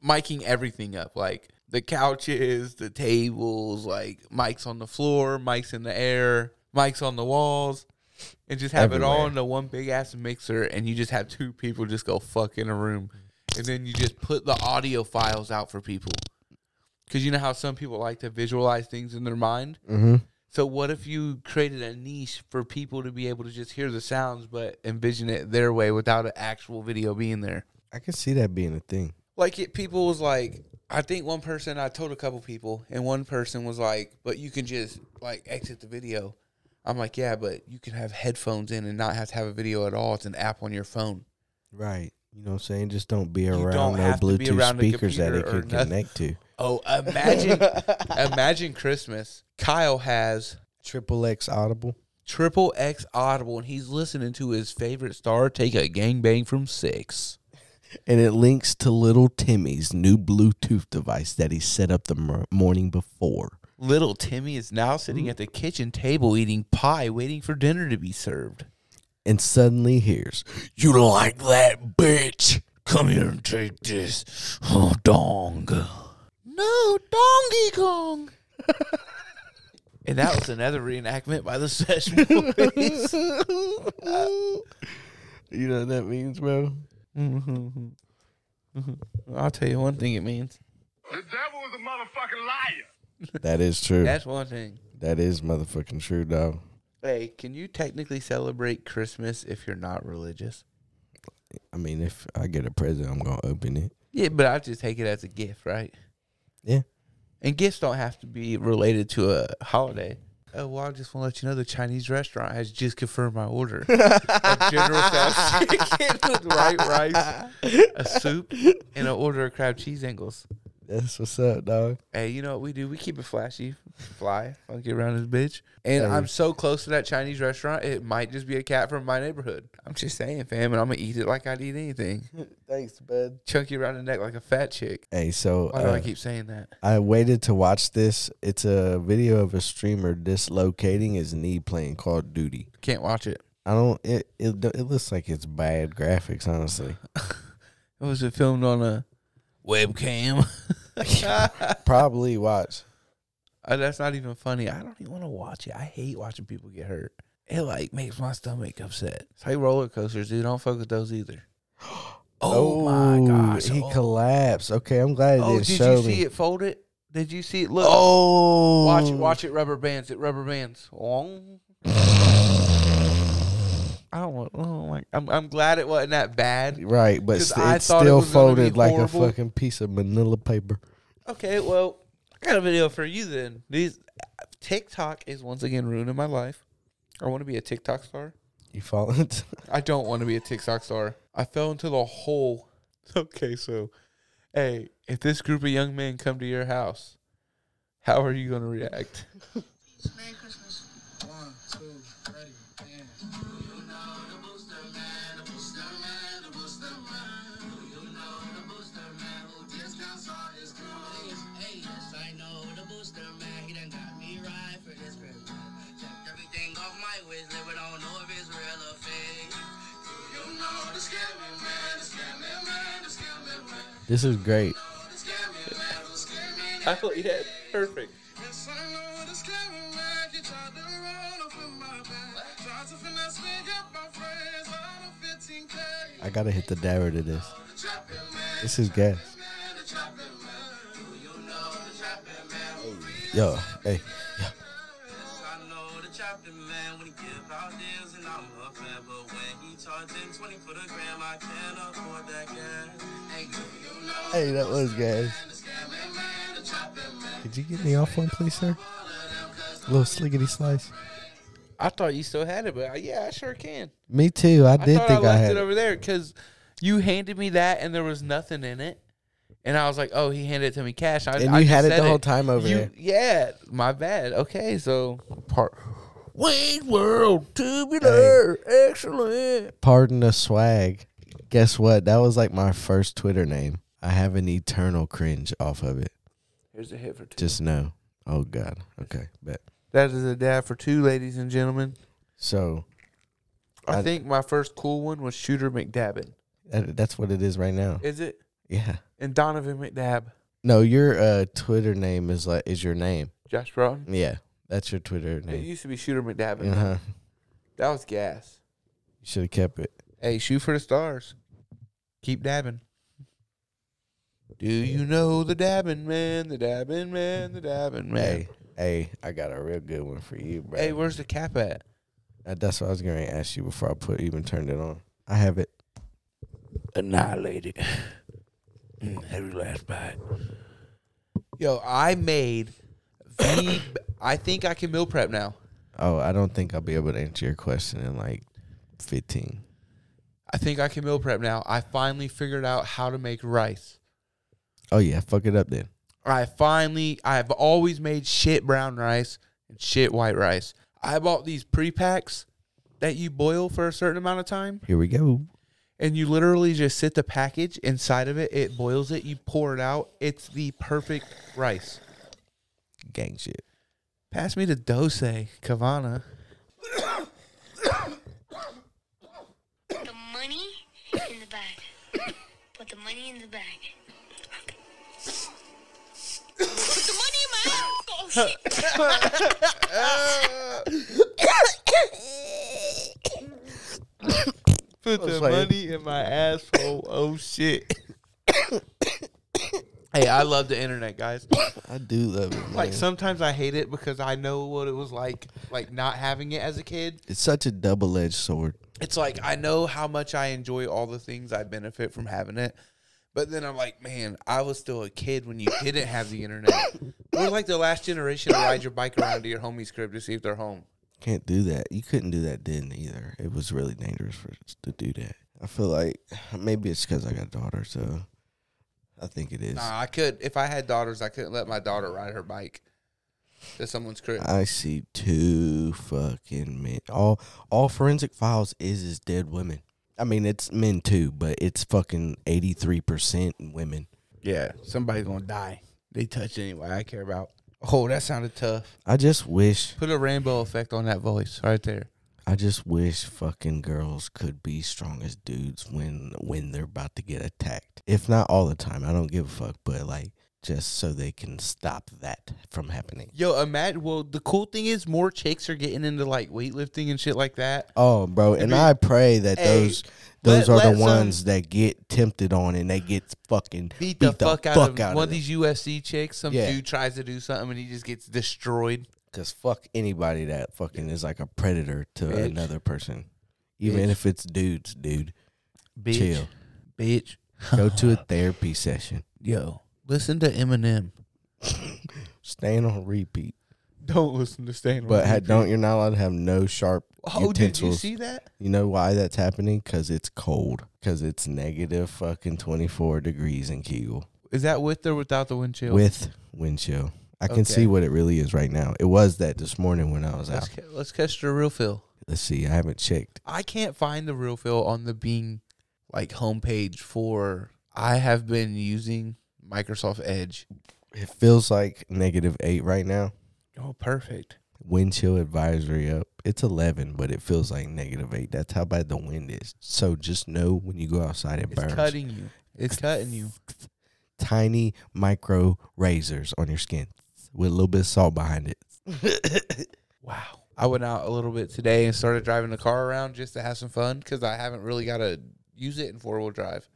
miking everything up, like the couches, the tables, like mics on the floor, mics in the air, mics on the walls, and just have it all
Everywhere.
into one big ass mixer, and you just have two people just go fuck in a room, and then you just put the audio files out for people, because you know how some people like to visualize things in their mind.
Mm-hmm.
So what if you created a niche for people to be able to just hear the sounds but envision it their way without an actual video being there?
I can see that being a thing.
Like it, people was like, I think one person I told a couple people, and one person was like, "But you can just like exit the video." I'm like, "Yeah, but you can have headphones in and not have to have a video at all. It's an app on your phone."
Right. You know what I'm saying? Just don't be
don't
around no
have to be
Bluetooth
around a
speakers that it
computer or
can
nothing.
connect to.
Oh, imagine, imagine Christmas. Kyle has
Triple X Audible.
Triple X Audible, and he's listening to his favorite star take a gangbang from six.
And it links to little Timmy's new Bluetooth device that he set up the mor- morning before.
Little Timmy is now sitting at the kitchen table eating pie, waiting for dinner to be served.
And suddenly hears, You don't like that, bitch.
Come here and take this. Oh, dong. No, donkey kong. and that was another reenactment by the Sesh Boys.
You know what that means, bro?
I'll tell you one thing it means.
The devil is a motherfucking liar.
That is true.
That's one thing.
that is motherfucking true, dog.
Hey, can you technically celebrate Christmas if you're not religious?
I mean, if I get a present, I'm going to open it.
Yeah, but I just take it as a gift, right?
Yeah.
And gifts don't have to be related to a holiday. Oh, well, I just want to let you know the Chinese restaurant has just confirmed my order. a General Tso's chicken with white rice, a soup, and an order of crab cheese angles.
That's what's up, dog.
Hey, you know what we do? We keep it flashy, fly, funky around this bitch. And I'm so close to that Chinese restaurant, it might just be a cat from my neighborhood. I'm just saying, fam, and I'm going to eat it like I'd eat anything.
Thanks, bud.
Chunky around the neck like a fat chick.
Hey, so
Why do
uh,
I keep saying that?
I waited to watch this. It's a video of a streamer dislocating his knee playing Call of Duty.
Can't watch it.
I don't. It it, do- it looks like it's bad graphics, honestly.
It was it filmed on a webcam?
Probably watch.
Uh, That's not even funny. I don't even want to watch it. I hate watching people get hurt. It like makes my stomach upset. It's like roller coasters, dude. Don't fuck with those either. Oh, my gosh!
he
oh,
collapsed. Okay, I'm glad it
Oh,
didn't
did
show
you
me.
see it fold it? Did you see it? Look.
Oh,
watch it. Watch it. Rubber bands. It rubber bands. Oh. I don't want. Oh my, I'm, I'm glad it wasn't that bad.
Right, but
'Cause
st-
I
it
thought it
still
was gonna be
folded like a
horrible.
fucking piece of manila paper.
Okay, well, I got a video for you then. These TikTok is once again ruining my life. I want to be a TikTok star.
You fall into
I don't want to be a TikTok star. I fell into the hole. Okay, so Hey, if this group of young men come to your house, how are you going to react?
Merry Christmas. One, two, ready, dance. You know the booster man, the booster man, the booster man. Do you know the booster man who discounts all his crews? Hey, yes, I know the booster man. He done got me right for this Christmas. Checked everything off my wish list, but I don't know if it's real or fake. Do you know the scamming man, the scamming man, the scamming man?
This is great.
The scamming man who's scamming
I thought, yeah, perfect.
Yes, I know this clever man. You tried to run off in my bed. Tried to finesse me, get my friends out of 15K.
I gotta hit the dabber to this.
The trapping man,
This is gas.
man, the trapping man. Do you know the trapping man? who real?
Yo, hey,
Yes, I know the trapping man when he give out deals and I'm a fan. But when he charging 20 for the gram, I can't afford that gas. Hey, do you know
hey, that was gas.
the scamming man, the trapping man?
Could you get me off one, please, sir? Little sliggity slice.
I thought you still had it, but I- yeah, I sure can.
Me too. I
I
did
thought
think
I
I,
left
had.
it
it.
over there because you handed me that and there was nothing in it, and I was like, "Oh, he handed it to me cash." I,
And
I
you
just
had it the
said
whole time over
You-
there.
Yeah, my bad. Okay, so part Wayne's World tubular, excellent.
Pardon the swag. Guess what? That was like my first Twitter name. I have an eternal cringe off of it.
Here's a hit for two.
Just know. Oh God. Okay. Bet.
that is a dad for two, ladies and gentlemen.
So
I,
I-
think my first cool one was Shooter McDabbin.
that, that's what it is right now.
Is it?
Yeah.
And Donovan McDabb,
No, your uh, Twitter name is like is your name.
Josh Broughton.
Yeah, that's your Twitter
It
name.
used to be Shooter McDabbin.
Uh huh.
That was gas.
You should have kept it.
Hey, shoot for the stars. Keep dabbing. Do you know the dabbing man, the dabbing man, the dabbing man?
Hey, hey, I got a real good one for you, bro.
Hey, where's the cap at?
Uh, that's what I was going to ask you before I put even turned it on. I have it.
Annihilated. Mm, Every last bite. Yo, I made the. I think I can meal prep now.
Oh, I don't think I'll be able to answer your question in like fifteen.
I think I can meal prep now. I finally figured out how to make rice.
Oh yeah, fuck it up then.
I finally, I've always made shit brown rice and shit white rice. I bought these pre packs that you boil for a certain amount of time,
Here we go.
and you literally just sit the package inside of it. It boils it, you pour it out. It's the perfect rice.
Gang shit.
Pass me the dose, Kavana.
The money in the bag. Put the money in the bag. Put the money in my bag. Oh shit.
Put the money in my asshole. Oh shit. hey, I love the internet, guys.
I do love it.
Like
man.
sometimes I hate it because I know what it was like, like not having it as a kid.
it's such a double edged sword.
it's like I know how much I enjoy all the things I benefit from having it. But then I'm like, man, I was still a kid when you didn't have the internet. We're like the last generation to ride your bike around to your homie's crib to see if they're home.
Can't do that. You couldn't do that then either. It was really dangerous for us to do that. I feel like maybe it's because I got a daughter, so I think it is.
Nah, I could if I had daughters, I couldn't let my daughter ride her bike to someone's crib.
I see two fucking men. All all forensic files is is dead women. I mean, it's men too, but it's fucking eighty three percent women.
Yeah, somebody's gonna die. They touch anyway. I care about. Oh, that sounded tough.
I just wish,
Put a rainbow effect on that voice right there.
I just wish fucking girls could be strong as dudes when when they're about to get attacked. If not all the time, I don't give a fuck, but like just so they can stop that from happening.
Yo, imagine. Well, the cool thing is more chicks are getting into like weightlifting and shit like that.
Oh, bro, and I pray that
Hey,
those
let-
those are
let
the
some-
ones that get tempted on and they get fucking
beat the, fuck, out of one of
them.
these UFC chicks. Some
Yeah.
dude tries to do something and he just gets destroyed.
Cause fuck anybody that fucking is like a predator to
Bitch.
another person, even
Bitch.
if it's dudes, dude.
Bitch.
Chill.
Bitch.
Go to a therapy session.
Yo, listen to Eminem.
Staying on repeat,
Don't listen to Stan.
but ha- don't you're not allowed to have no sharp
Mm-hmm. Oh, did you
utensils.
see that?
You know why that's happening? Cause it's cold. Cause it's negative fucking twenty four degrees in Kegel.
Is that with or without the wind chill?
with wind chill. I can
Okay.
see what it really is right now. It was that this morning when I was
Let's,
out.
ca- let's catch the real feel.
Let's see. I haven't checked.
I can't find the real feel on the Bing like homepage for. I have been using Microsoft Edge.
It feels like negative eight right now.
Oh, perfect.
Wind chill advisory up. It's 11, but it feels like negative eight. That's how bad the wind is. So just know when you go outside, it
It's
burns.
cutting you. It's cutting you.
Tiny micro razors on your skin with a little bit of salt behind it.
Wow. I went out a little bit today and started driving the car around just to have some fun because I haven't really got to use it in four wheel drive.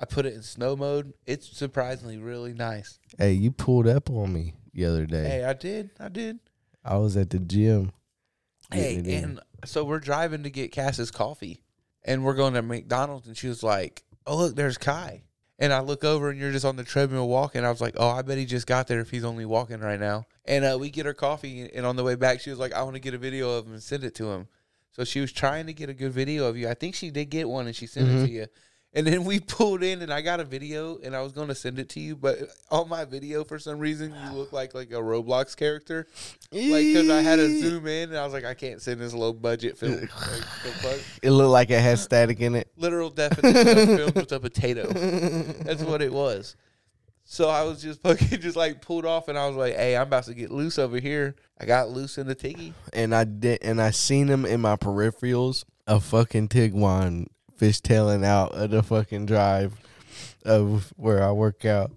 I put it in snow mode. It's surprisingly really nice.
Hey, you pulled up on me the other day.
Hey, I did. I did.
I was at the gym.
Hey,
getting it in.
and so we're driving to get Cass's coffee and we're going to McDonald's and she was like, Oh, look, there's Kai. And I look over and you're just on the treadmill walking. I was like, Oh, I bet he just got there if he's only walking right now. And uh, we get her coffee and on the way back, she was like, I want to get a video of him and send it to him. So she was trying to get a good video of you. I think she did get one and she sent
Mm-hmm.
it to you. And then we pulled in and I got a video and I was going to send it to you, but on my video for some reason you look like like a Roblox character. Like cuz I had to zoom in and I was like I can't send this low budget film. Like, the fuck?
It looked like it had static in it.
Literal definition of filmed with a potato. That's what it was. So I was just fucking just like pulled off and I was like, "Hey, I'm about to get loose over here." I got loose in the tiggy.
and I did, and I seen him in my peripherals. A fucking Tiguan fishtailing out of the fucking drive of where I work out,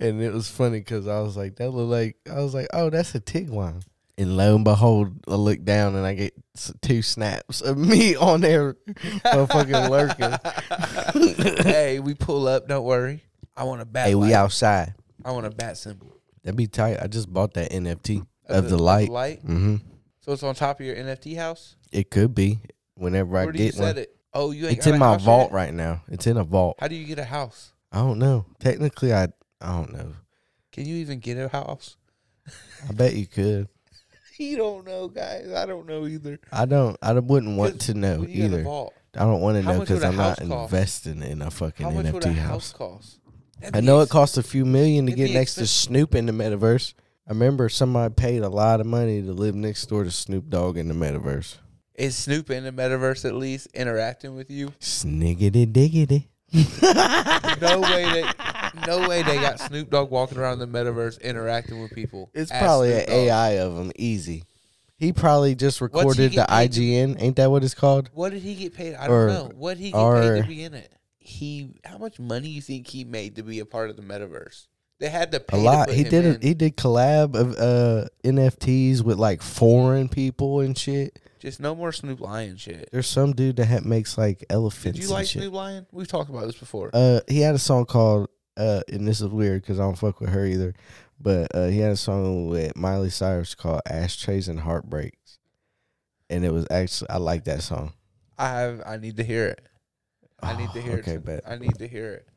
and it was funny because I was like, that look like I was like, oh, that's a Tiguan. And lo and behold, I look down and I get s- two snaps of me on there, motherfucking lurking.
hey, we pull up. Don't worry. I want a bat.
hey, we
light.
outside.
I want a bat symbol.
That'd be tight. I just bought that
Of
NFT of,
the-
the,
of the
light.
light?
hmm
So it's on top of your NFT house.
It could be whenever I
Where do you
get one.
set it? Oh, you ain't.
It's
got
in
a
my
house
vault
yet?
right now. It's in a vault.
How do you get a house?
I don't know. Technically, I I don't know.
Can you even get a house?
I bet you could.
You don't know, guys. I don't know either.
I don't. I wouldn't want to know
When you got a
either.
vault,
I don't want to
How
know
much
because
would a
I'm not
house cost?
investing in a fucking
how much would a
NFT
house
house.
cost?
I know it costs a few million to
It'd
get
be
next to Snoop in the metaverse. I remember somebody paid a lot of money to live next door to Snoop Dogg in the metaverse.
Is Snoop in the metaverse at least interacting with you?
Sniggity diggity.
No way that. No way they got Snoop Dogg walking around the metaverse interacting with people.
It's
Ask
probably
Snoop
an
Dogg.
AI of him. Easy. He probably just
he
recorded the
get paid to-
IGN. Ain't that what it's called?
What did he get paid? I
Or-
don't know. What did he get paid
or-
to be in it? He how much money you think he made to be a part of the metaverse? They had to pay
a
to
lot.
put
He
him
did.
in.
A, he did collab of uh, NFTs with like foreign people and shit.
Just no more Snoop Lion shit.
There's some dude that ha- makes like elephants.
Did you
and
like
shit.
Snoop Lion? We've talked about this before.
Uh, he had a song called uh, and this is weird because I don't fuck with her either. But uh, he had a song with Miley Cyrus called "Ashtrays and Heartbreaks," and it was actually I like that song.
I have. I need to hear it. I need to
Oh,
hear
okay,
it.
bet.
I need to hear it.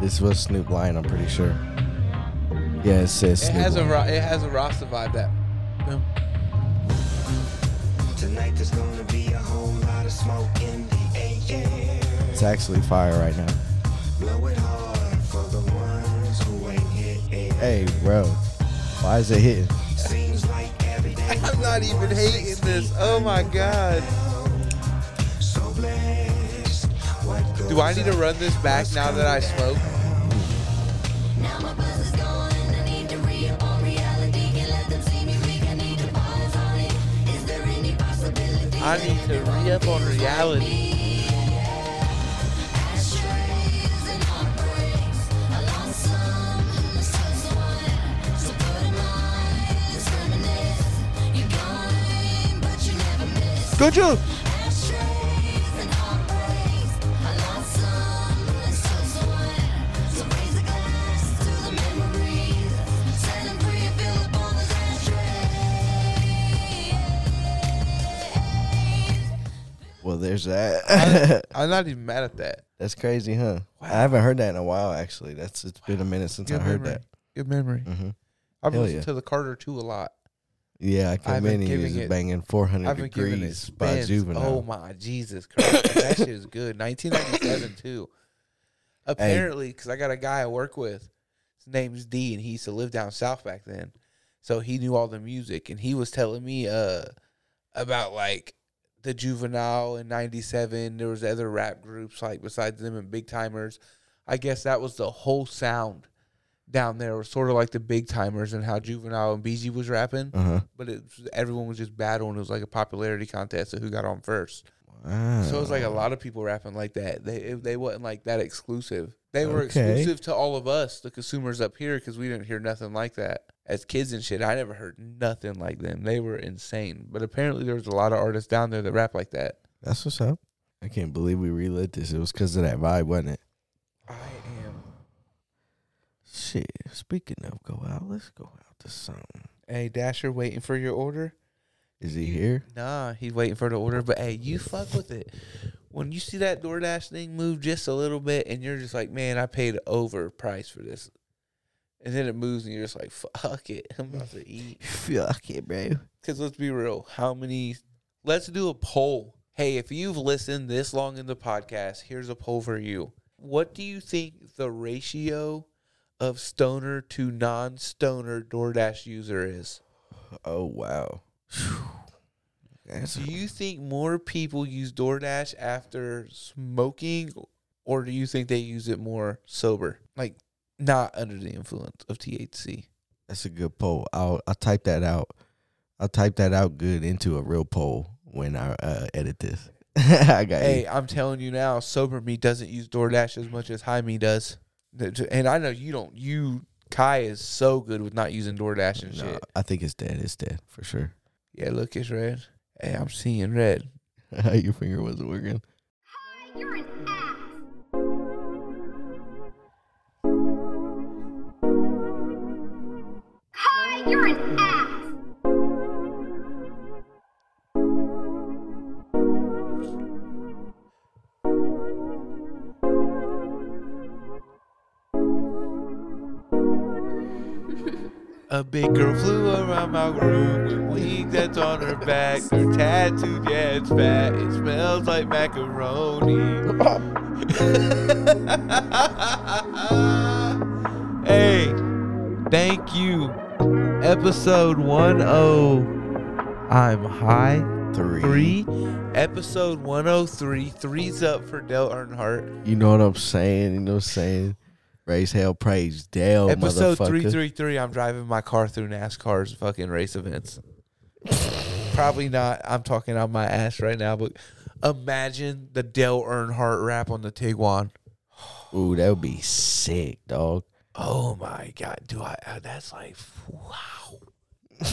This was Snoop Lion, I'm pretty sure. Yeah, it says
It
Snoop.
has a
Lion.
Ra- it has a Rasta vibe that. Boom.
Tonight there's gonna be a whole lot of smoke in the air.
it's actually fire right now.
Blow it hard for the ones who ain't hit it.
Hey, bro, why is it hitting?
Seems like every day.
I'm not even hating this. Oh my god.
So blessed. What goes
Do I need to run this back now that I smoke? I need to re up on reality. Good job.
Well, there's that.
I'm not even mad at that.
That's crazy, huh? I haven't heard that in a while. Actually, that's it's been a minute since I heard
memory. Good memory.
that. hmm
I've
Hell
listened
yeah.
to the Carter 2 a lot.
Yeah, I
I've
came
been
in and he
giving
was
it-
banging 400
I've been giving it
degrees by
spins.
juvenile.
Oh my Jesus Christ, that shit is good. 1997 too. Apparently, because I got a guy I work with, his name's D, and he used to live down south back then, so he knew all the music, and he was telling me uh about like the juvenile in 97 there was other rap groups like besides them and big timers i guess that was the whole sound down there was sort of like the big timers and how juvenile and bg was rapping
Uh-huh.
but it was- everyone was just battling it was like a popularity contest of who got on first so it was like a
Wow.
lot of people rapping like that they it, they wasn't like that exclusive they were
Okay.
exclusive to all of us the consumers up here because we didn't hear nothing like that as kids and shit i never heard nothing like them they were insane but apparently there was a lot of artists down there that rap like that
That's what's up. I can't believe we relit this. It was because of that vibe, wasn't it?
I am.
Shit. Speaking of go out, let's go out to something.
Hey, Dasher, waiting for your order?
Is he here?
Nah, he's waiting for the order. But hey, you fuck with it. When you see that DoorDash thing move just a little bit, and you're just like, man, I paid over price for this, and then it moves, and you're just like, fuck it, I'm about to eat.
Fuck it, bro.
Because let's be real, how many? Let's do a poll. Hey, if you've listened this long in the podcast, here's a poll for you. What do you think the ratio of stoner to non-stoner DoorDash user is?
Oh, wow. That's-
Do you think more people use DoorDash after smoking, or do you think they use it more sober, like not under the influence of THC?
That's a good poll. I'll I'll type that out. I'll type that out good into a real poll when I uh, edit this. I got
Hey,
you.
I'm telling you now, sober me doesn't use DoorDash as much as high me does, and I know you don't. You Kai is so good with not using DoorDash and
No,
shit.
I think it's dead. It's dead for sure.
Yeah, look, it's red. Hey, I'm seeing red.
Your finger wasn't working.
You're an ass.
A big girl flew around my room with wings that's on her back. Her tattooed, yeah, it's fat. It smells like macaroni. hey, thank you. Episode 10. I'm high.
Three.
Three. Episode 103. Three's up for Dale Earnhardt.
You know what I'm saying? You know what I'm saying? Raise hell, praise
Oh,
Dale,
Episode
motherfucker.
333. I'm driving my car through NASCAR's fucking race events. Probably not. I'm talking out my ass right now, but imagine the Dale Earnhardt rap on the Tiguan.
Ooh, that would be sick, dog.
Oh my God. Do I? uh, That's like, wow.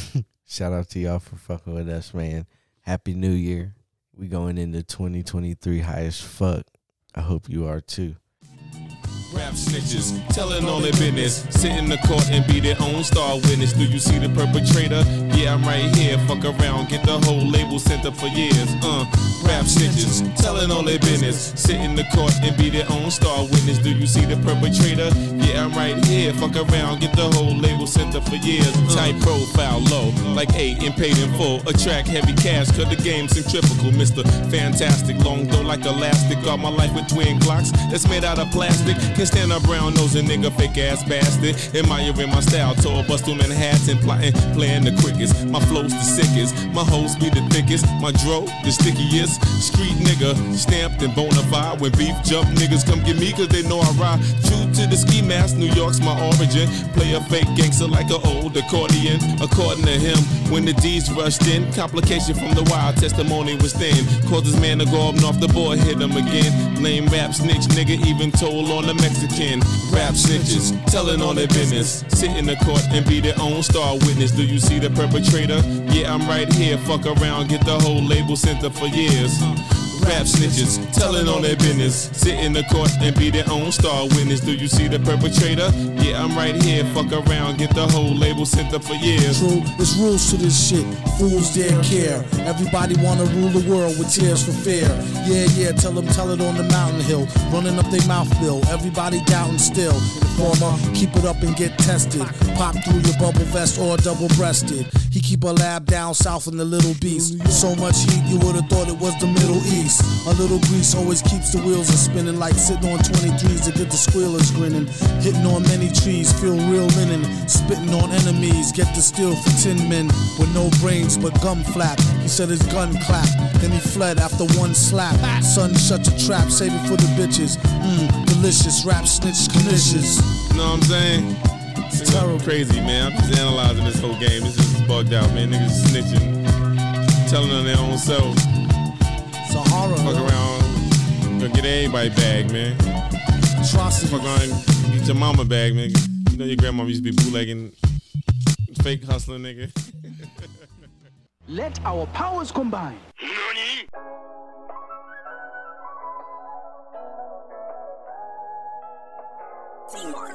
Shout out to y'all for fucking with us, man. Happy New Year. We going into 2023 high as fuck. I hope you are too.
Rap snitches, telling all their business. Sit in the court and be their own star witness. Do you see the perpetrator? Yeah, I'm right here. Fuck around, get the whole label sent up for years. Uh, rap snitches, telling all their business. Sit in the court and be their own star witness. Do you see the perpetrator? Yeah, I'm right here. Fuck around, get the whole label sent up for years. Uh. Type profile low, like eight and paid in full. Attract heavy cash, cut the game centrifugal. Mr. Fantastic, long though like elastic. All my life with twin Glocks that's made out of plastic. Can stand a brown nose and nigga fake ass bastard. Admiring my style, tall bust through Manhattan, plotting, playing the quickest. My flow's the sickest, my hoes be the thickest, my dro the stickiest. Street nigga, stamped and bona fide. When beef jump, niggas come get me cause they know I ride. True to the ski mask, New York's my origin. Play a fake gangster like an old accordion. According to him, when the D's rushed in, complication from the wild testimony was thin. Caused his man to go up north, the boy hit him again. Lame rap snitch, nigga even told on the Mexican. Rap snitches, telling all their business. Sit in the court and be their own star witness. Do you see the perpetrator? Yeah, I'm right here. Fuck around, get the whole label sent up for years. Rap snitches, telling on their business. Sit in the court and be their own star witness. Do you see the perpetrator? Yeah, I'm right here. Fuck around, get the whole label sent up for years.
True, there's rules to this shit. Fools dare care. Everybody wanna rule the world with tears for fear. Yeah, yeah, tell them, tell it on the mountain hill. Running up their mouth bill. Everybody doubting still. Informer, keep it up and get tested. Pop through your bubble vest or double breasted. He keep a lab down south in the Little Beast. So much heat, you would've thought it was the Middle East. A little grease always keeps the wheels a spinning. Like sitting on 23s to get the squealers grinning. Hitting on many trees, feel real linen. Spitting on enemies, get the steel for 10 men. With no brains but gum flap. He said his gun clap, then he fled after one slap. Son, shut your trap, save it for the bitches. Mmm, delicious, rap snitch, delicious.
You know what I'm saying? It's terrible. crazy, man. I'm just analyzing this whole game. It's just bugged out, man. Niggas snitching, telling on their own selves.
It's a horror.
Fuck around, gonna get everybody bag, man.
Trust
Fuck around, and get your mama bag, man. You know your grandma used to be bootlegging, fake hustling, nigga.
Let our powers combine.
Seymour.